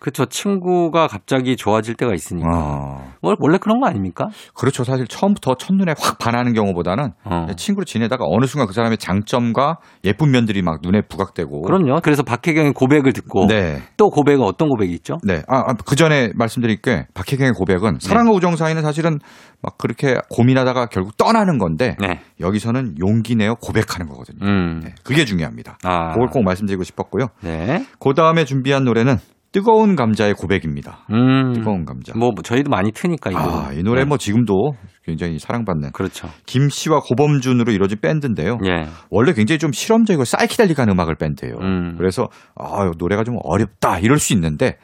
S1: 그렇죠. 친구가 갑자기 좋아질 때가 있으니까.
S6: 아.
S1: 원- 원래 그런 거 아닙니까?
S6: 그렇죠. 사실 처음부터 첫눈에 확 반하는 경우보다는
S1: 어.
S6: 그냥 친구로 지내다가 어느 순간 그 사람의 장점과 예쁜 면들이 막 눈에 부각되고.
S1: 그럼요. 그래서 박혜경의 고백을 듣고
S6: 네.
S1: 또 고백은 어떤 고백이 있죠?
S6: 네. 아, 그 전에 말씀드릴 게 박혜경의 고백은
S1: 네.
S6: 사랑과 우정 사이는 사실은 막 그렇게 고민하다가 결국 떠나는 건데
S1: 네.
S6: 여기서는 용기 내어 고백하는 거거든요.
S1: 음.
S6: 네. 그게 중요합니다.
S1: 아.
S6: 그걸 꼭 말씀드리고 싶었고요.
S1: 네.
S6: 그 다음에 준비한 노래는 뜨거운 감자의 고백입니다.
S1: 음.
S6: 뜨거운 감자.
S1: 뭐 저희도 많이 트니까 이거. 네.
S6: 아, 이 노래 뭐 지금도 굉장히 사랑받는
S1: 그렇죠.
S6: 김 씨와 고범준으로 이루어진 밴드인데요.
S1: 예.
S6: 원래 굉장히 좀 실험적이고 사이키델릭한 음악을 밴드예요.
S1: 음.
S6: 그래서 아, 노래가 좀 어렵다 이럴 수 있는데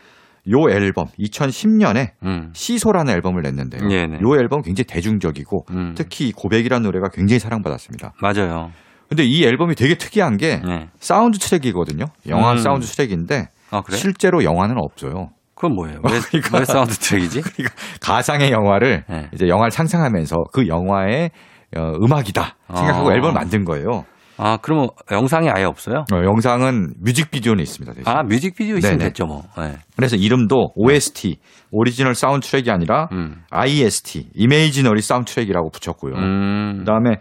S6: 요 앨범 2010년에
S1: 음.
S6: 시소라는 앨범을 냈는데요.
S1: 예, 네네.
S6: 요 앨범 굉장히 대중적이고
S1: 음.
S6: 특히 이 고백이라는 노래가 굉장히 사랑받았습니다.
S1: 맞아요.
S6: 근데 이 앨범이 되게 특이한 게
S1: 네.
S6: 사운드 트랙이거든요. 영화
S1: 음.
S6: 사운드 트랙인데
S1: 아 그래?
S6: 실제로 영화는 없어요. [LAUGHS]
S1: 그건 뭐예요? 왜,
S6: 그러니까-
S1: 왜 사운드
S6: [LAUGHS]
S1: 트랙이지?
S6: 가상의 영화를
S1: 네.
S6: 이제 영화를 상상하면서 그 영화의 어, 음악이다 생각하고
S1: 아.
S6: 앨범을 만든 거예요.
S1: 아 그러면 영상이 아예 없어요?
S6: 어, 영상은 뮤직비디오는 있습니다. 대신.
S1: 아 뮤직비디오 있으면
S6: 네네.
S1: 됐죠 뭐. 네.
S6: 그래서 이름도 OST 오리지널 사운드 트랙이 아니라
S1: 음.
S6: IST 이메이지너리 사운드 트랙이라고 붙였고요.
S1: 음.
S6: 그다음에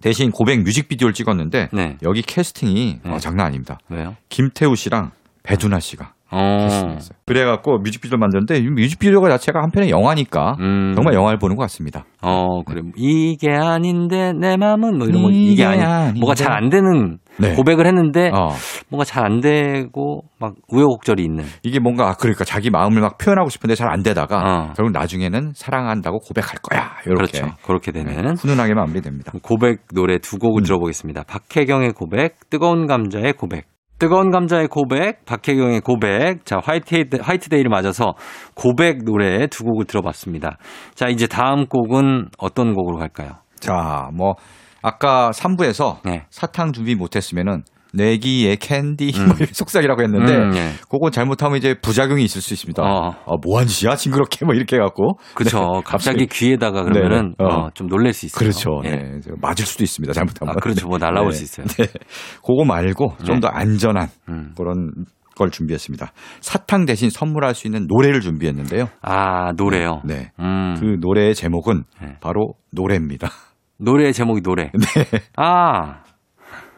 S6: 대신 고백 뮤직비디오를 찍었는데
S1: 네.
S6: 여기 캐스팅이 어,
S1: 네.
S6: 장난 아닙니다.
S1: 왜요?
S6: 김태우 씨랑 배두나 씨가
S1: 어.
S6: 캐스팅했어요. 그래갖고 뮤직비디오를 만드는데 이 뮤직비디오가 자체가 한편의 영화니까
S1: 음.
S6: 정말 영화를 보는 것 같습니다.
S1: 어 그래 이게 아닌데 내 마음은 뭐 이런 거
S6: 이게
S1: 이게 아니
S6: 아닌데.
S1: 뭐가 잘 안 되는
S6: 네.
S1: 고백을 했는데
S6: 어.
S1: 뭔가 잘 안 되고 막 우여곡절이 있는
S6: 이게 뭔가 아, 그러니까 자기 마음을 막 표현하고 싶은데 잘 안 되다가
S1: 어.
S6: 결국 나중에는 사랑한다고 고백할 거야 이렇게
S1: 그렇죠 그렇게 되는
S6: 네, 훈훈하게 마무리됩니다.
S1: 고백 노래 두
S6: 음.
S1: 곡을 들어보겠습니다. 박혜경의 고백, 뜨거운 감자의 고백. 뜨거운 감자의 고백, 박혜경의 고백. 자, 화이트데이, 화이트데이를 맞아서 고백 노래 두 곡을 들어봤습니다. 자, 이제 다음 곡은 어떤 곡으로 갈까요?
S6: 자, 뭐 아까 3부에서
S1: 네.
S6: 사탕 준비 못했으면은 내기의 캔디 뭐 이런 속삭이라고 했는데
S1: 음, 예.
S6: 그거 잘못하면 이제 부작용이 있을 수 있습니다.
S1: 어.
S6: 아, 뭐한 짓이야? 징그럽게 뭐 이렇게 해갖고.
S1: 그쵸.
S6: 네,
S1: 갑자기 귀에다가 그러면은
S6: 네, 네. 어.
S1: 어, 좀 놀랄 수 있어요.
S6: 그렇죠.
S1: 예.
S6: 네. 맞을 수도 있습니다. 잘못하면.
S1: 아, 그렇죠. 뭐 날라올
S6: 네.
S1: 수 있어요.
S6: 네. 그거 말고 좀
S1: 네.
S6: 더 안전한
S1: 음.
S6: 그런 걸 준비했습니다. 사탕 대신 선물할 수 있는 노래를 준비했는데요.
S1: 아, 노래요.
S6: 네.
S1: 음.
S6: 그 노래의 제목은
S1: 네.
S6: 바로 노래입니다. [LAUGHS]
S1: 노래의 제목이 노래. 아,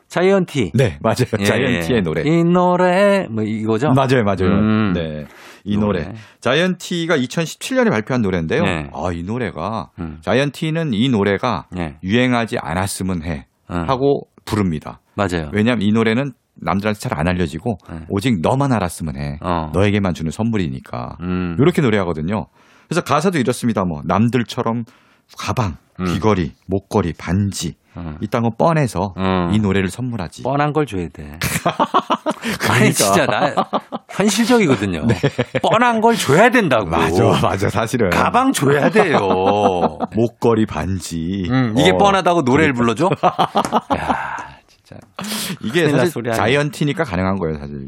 S1: 자이언티.
S6: 네, 맞아요.
S1: 예,
S6: 자이언티의
S1: 예.
S6: 노래.
S1: 이 노래, 뭐 이거죠?
S6: 맞아요, 맞아요.
S1: 음.
S6: 네. 이 노래.
S1: 노래.
S6: 자이언티가 2017년에 발표한 노래인데요.
S1: 네.
S6: 아, 이 노래가.
S1: 음.
S6: 자이언티는 이 노래가
S1: 네.
S6: 유행하지 않았으면 해.
S1: 음.
S6: 하고 부릅니다.
S1: 맞아요.
S6: 왜냐하면 이 노래는 남들한테 잘 안 알려지고
S1: 네.
S6: 오직 너만 알았으면 해.
S1: 어.
S6: 너에게만 주는 선물이니까.
S1: 음.
S6: 이렇게 노래하거든요. 그래서 가사도 이렇습니다. 뭐 남들처럼 가방,
S1: 음.
S6: 귀걸이, 목걸이, 반지
S1: 음.
S6: 이딴 거 뻔해서
S1: 음.
S6: 이 노래를 선물하지.
S1: 뻔한 걸 줘야
S6: [LAUGHS]
S1: 돼.
S6: 그러니까.
S1: 아니 진짜 나
S6: [LAUGHS]
S1: 현실적이거든요. 뻔한 걸 줘야 된다고.
S6: 네. 맞아, 맞아, 사실은.
S1: 가방 줘야 돼요.
S6: [LAUGHS] 목걸이, 반지.
S1: 어. 음, 이게
S6: 어, 그러니까.
S1: 뻔하다고 노래를 불러줘? 야, 진짜.
S6: 이게
S1: 큰일 날
S6: 사실
S1: 소리 아니야.
S6: 자이언티니까 가능한 거예요, 사실.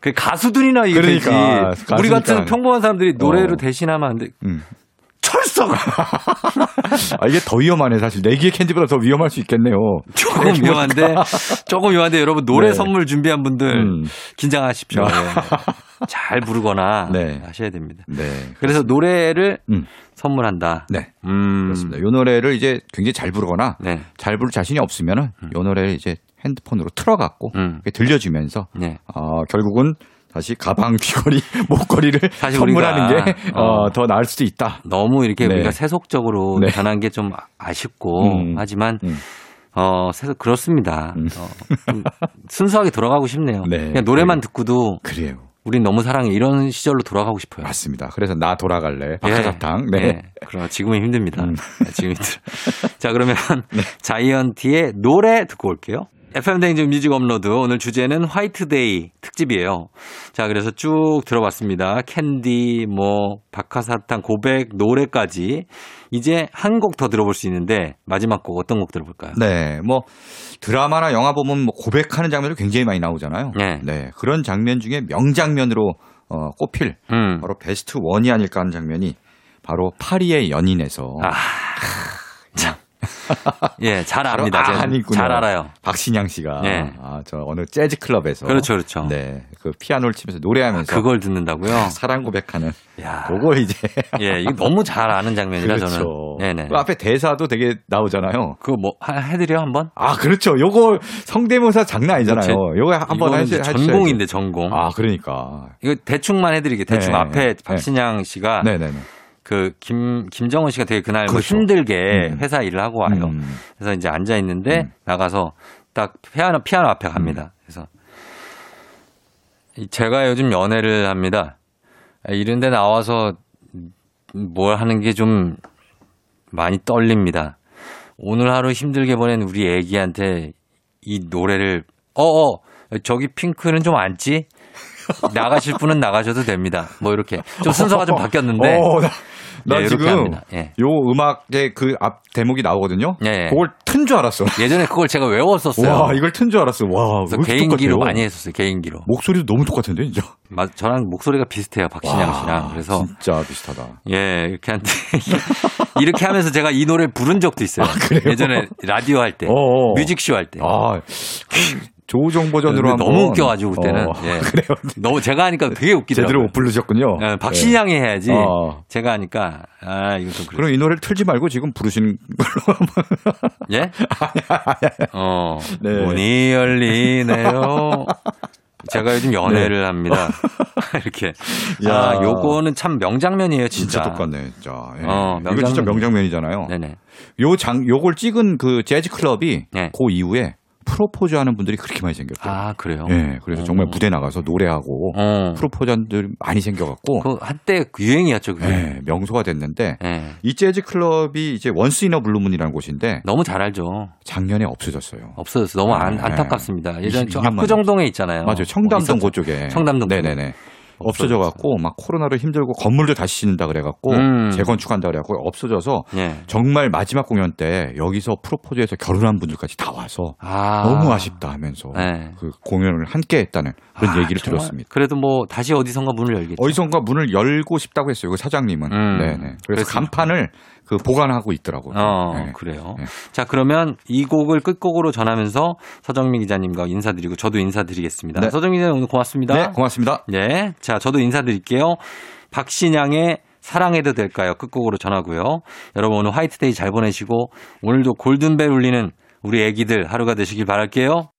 S1: 그 가수들이나 이게
S6: 그러니까,
S1: 되지. 우리 같은
S6: 가수니까.
S1: 평범한 사람들이 노래로
S6: 어.
S1: 대신하면 안 돼.
S6: 음. [LAUGHS]
S1: 철석!
S6: 아, 이게 더 위험하네, 사실. 내기의 캔디보다 더 위험할 수 있겠네요.
S1: 조금 위험한데, 조금 위험한데 여러분 노래
S6: 그러니까. 네.
S1: 선물 준비한 분들
S6: 음.
S1: 긴장하십시오. 예. 잘 부르거나
S6: [LAUGHS] 네.
S1: 하셔야 됩니다.
S6: 네.
S1: 그래서 노래를
S6: 음.
S1: 선물한다.
S6: 네.
S1: 음.
S6: 그렇습니다. 이 노래를 이제 굉장히 잘 부르거나
S1: 네.
S6: 잘 부를 자신이 없으면은 이 노래를 이제 핸드폰으로 틀어갖고
S1: 음.
S6: 이렇게 들려주면서
S1: 네.
S6: 어, 결국은 다시 가방, [LAUGHS] 귀걸이, 목걸이를
S1: 사실
S6: 선물하는
S1: 우리가,
S6: 게
S1: 어.
S6: 어, 더 나을 수도 있다.
S1: 너무 이렇게
S6: 네.
S1: 우리가 세속적으로
S6: 네.
S1: 변한 게 좀 아쉽고
S6: 음.
S1: 하지만
S6: 음.
S1: 어 세속 그렇습니다.
S6: 음.
S1: 어, 좀 순수하게 돌아가고 싶네요.
S6: [LAUGHS] 네.
S1: 그냥 노래만
S6: 그래요.
S1: 듣고도
S6: 그래요.
S1: 우린 너무 사랑해. 이런 시절로 돌아가고 싶어요.
S6: 맞습니다. 그래서 나 돌아갈래.
S1: 예.
S6: 박하사탕. 네.
S1: 예. 그러나 지금은 힘듭니다.
S6: 음. 네.
S1: 네, 지금 힘들어. [LAUGHS] 자,
S6: [LAUGHS]
S1: 그러면 자이언티의 노래 듣고 올게요. FM대행진 뮤직 업로드. 오늘 주제는 화이트데이 특집이에요. 자, 그래서 쭉 들어봤습니다. 캔디, 뭐, 박하사탕, 고백, 노래까지. 이제 한 곡 더 들어볼 수 있는데, 마지막 곡 어떤 곡 들어볼까요?
S6: 네, 뭐 드라마나 영화 보면 뭐 고백하는 장면이 굉장히 많이 나오잖아요.
S1: 네.
S6: 그런 장면 중에 명장면으로 어, 꼽힐
S1: 음.
S6: 바로 베스트 원이 아닐까 하는 장면이 바로 파리의 연인에서
S1: 아, 참. 예, 잘
S6: 바로
S1: 압니다.
S6: 아,
S1: 저는.
S6: 아니군요.
S1: 잘 알아요.
S6: 박신양 씨가
S1: 네.
S6: 아, 저 어느 재즈 클럽에서
S1: 그렇죠, 그렇죠.
S6: 네, 그 피아노를 치면서 노래하면서
S1: 그걸 듣는다고요?
S6: 사랑 고백하는
S1: 야.
S6: 그걸 이제
S1: 예, 이거 너무 잘 아. [LAUGHS] 아는 장면이라
S6: 그렇죠.
S1: 저는. 네네.
S6: 그 앞에 대사도 되게 나오잖아요.
S1: 그거 뭐 하- 해드려 한번?
S6: 아, 그렇죠. 요거 성대모사 장난 아니잖아요.
S1: 제-
S6: 요거 한번
S1: 이거는
S6: 하시,
S1: 이제
S6: 하셔야죠.
S1: 전공인데 전공.
S6: 아, 그러니까.
S1: 이거 대충만 해드리게 대충
S6: 네,
S1: 앞에
S6: 네.
S1: 박신양 씨가
S6: 네, 네, 네.
S1: 그 김 김정은 씨가 되게 그날 뭐
S6: 그렇죠.
S1: 힘들게
S6: 음.
S1: 회사 일을 하고 와요.
S6: 음.
S1: 그래서 이제 앉아 있는데
S6: 음.
S1: 나가서 딱 피아노 피아노 앞에 갑니다. 그래서 이- 제가 요즘 연애를 합니다. 아, 이런데 나와서 뭘 하는 게 좀 많이 떨립니다. 오늘 하루 힘들게 보낸 우리 애기한테 이 노래를 어어 저기 핑크는 좀 앉지? 나가실 분은 나가셔도 됩니다. 뭐 이렇게 좀 순서가 좀 바뀌었는데
S6: [LAUGHS] 어, 나, 나
S1: 예, 이렇게
S6: 지금
S1: 합니다. 예.
S6: 요 음악의 그 앞 대목이 나오거든요.
S1: 예, 예.
S6: 그걸 튼 줄 알았어.
S1: 예전에 그걸 제가 외웠었어요.
S6: 와, 이걸 튼 줄 알았어. 와,
S1: 그래서
S6: 왜 이렇게
S1: 개인기로
S6: 똑같아요? 뭐?
S1: 많이 했었어요. 개인기로.
S6: 목소리도 너무 똑같은데, 진짜.
S1: 맞, 저랑 목소리가 비슷해요. 박신양
S6: 와,
S1: 씨랑. 그래서
S6: 진짜 비슷하다.
S1: 예 이렇게 한데 이렇게 하면서 제가 이 노래 를 부른 적도 있어요. 예전에 라디오 할 때,
S6: 아, 어어.
S1: 뮤직쇼 할 때.
S6: 아, 조우종 버전으로
S1: 근데
S6: 한번.
S1: 너무 웃겨가지고 그때는.
S6: 어,
S1: 예.
S6: [LAUGHS] 그래요.
S1: 너무 제가 하니까 되게
S6: 제대로
S1: 웃기더라고요.
S6: 못 부르셨군요.
S1: 예, 박신양이 해야지.
S6: 예. 어.
S1: 제가 하니까 아 이거 좀 그래.
S6: 그럼 이 노래를 틀지 말고 지금 부르신 걸로 한번. [LAUGHS]
S1: 예? 어
S6: 네.
S1: 문이 열리네요. 제가 요즘 연애를
S6: [LAUGHS]
S1: 합니다. [LAUGHS] 이렇게. 아,
S6: 네. 야.
S1: 요거는 참 명장면이에요, 진짜.
S6: 진짜 똑같네, 진짜. 예.
S1: 어,
S6: 이거 진짜
S1: 명장면이네.
S6: 명장면이잖아요.
S1: 네네.
S6: 요 장, 요걸 찍은 그 재즈 클럽이
S1: 네.
S6: 그 이후에 프로포즈 하는 분들이 그렇게 많이 생겼대요.
S1: 아 그래요.
S6: 예, 그래서
S1: 어.
S6: 정말 무대 나가서 노래하고
S1: 어.
S6: 프로포즈한들 많이 생겨갖고
S1: 그 한때 그 유행이었죠, 그게.
S6: 예, 명소가 됐는데
S1: 예.
S6: 이 재즈 클럽이 이제 원스 이너 블루문이라는 곳인데
S1: 너무 잘 알죠.
S6: 작년에 없어졌어요.
S1: 없어졌어. 너무 안,
S6: 네.
S1: 안타깝습니다. 예전 저
S6: 22년 만에.
S1: 압구정동에 있잖아요.
S6: 맞아요, 청담동
S1: 있었죠.
S6: 그 쪽에
S1: 어, 청담동 쪽에.
S6: 네네네. 없어져갖고 막 코로나로 힘들고 건물도 다시 짓는다 그래갖고
S1: 음.
S6: 재건축한다 그래갖고 없어져서
S1: 예.
S6: 정말 마지막 공연 때 여기서 프로포즈에서 결혼한 분들까지 다 와서
S1: 아.
S6: 너무 아쉽다 하면서
S1: 네.
S6: 그 공연을 함께 했다는 그런
S1: 아,
S6: 얘기를
S1: 정말.
S6: 들었습니다.
S1: 그래도 뭐 다시 어디선가 문을 열겠죠.
S6: 어디선가 문을 열고 싶다고 했어요. 그 사장님은.
S1: 음,
S6: 네네. 그래서
S1: 그랬어요.
S6: 간판을 그 보관하고 있더라고요.
S1: 어,
S6: 네.
S1: 그래요.
S6: 네.
S1: 자, 그러면 이 곡을 끝곡으로 전하면서 서정민 기자님과 인사드리고 저도 인사드리겠습니다.
S6: 네.
S1: 서정민 기자님 오늘 고맙습니다.
S6: 네, 고맙습니다.
S1: 네. 자, 저도 인사드릴게요. 박신양의 사랑해도 될까요? 끝곡으로 전하고요. 여러분 오늘 화이트데이 잘 보내시고 오늘도 골든벨 울리는 우리 애기들 하루가 되시길 바랄게요.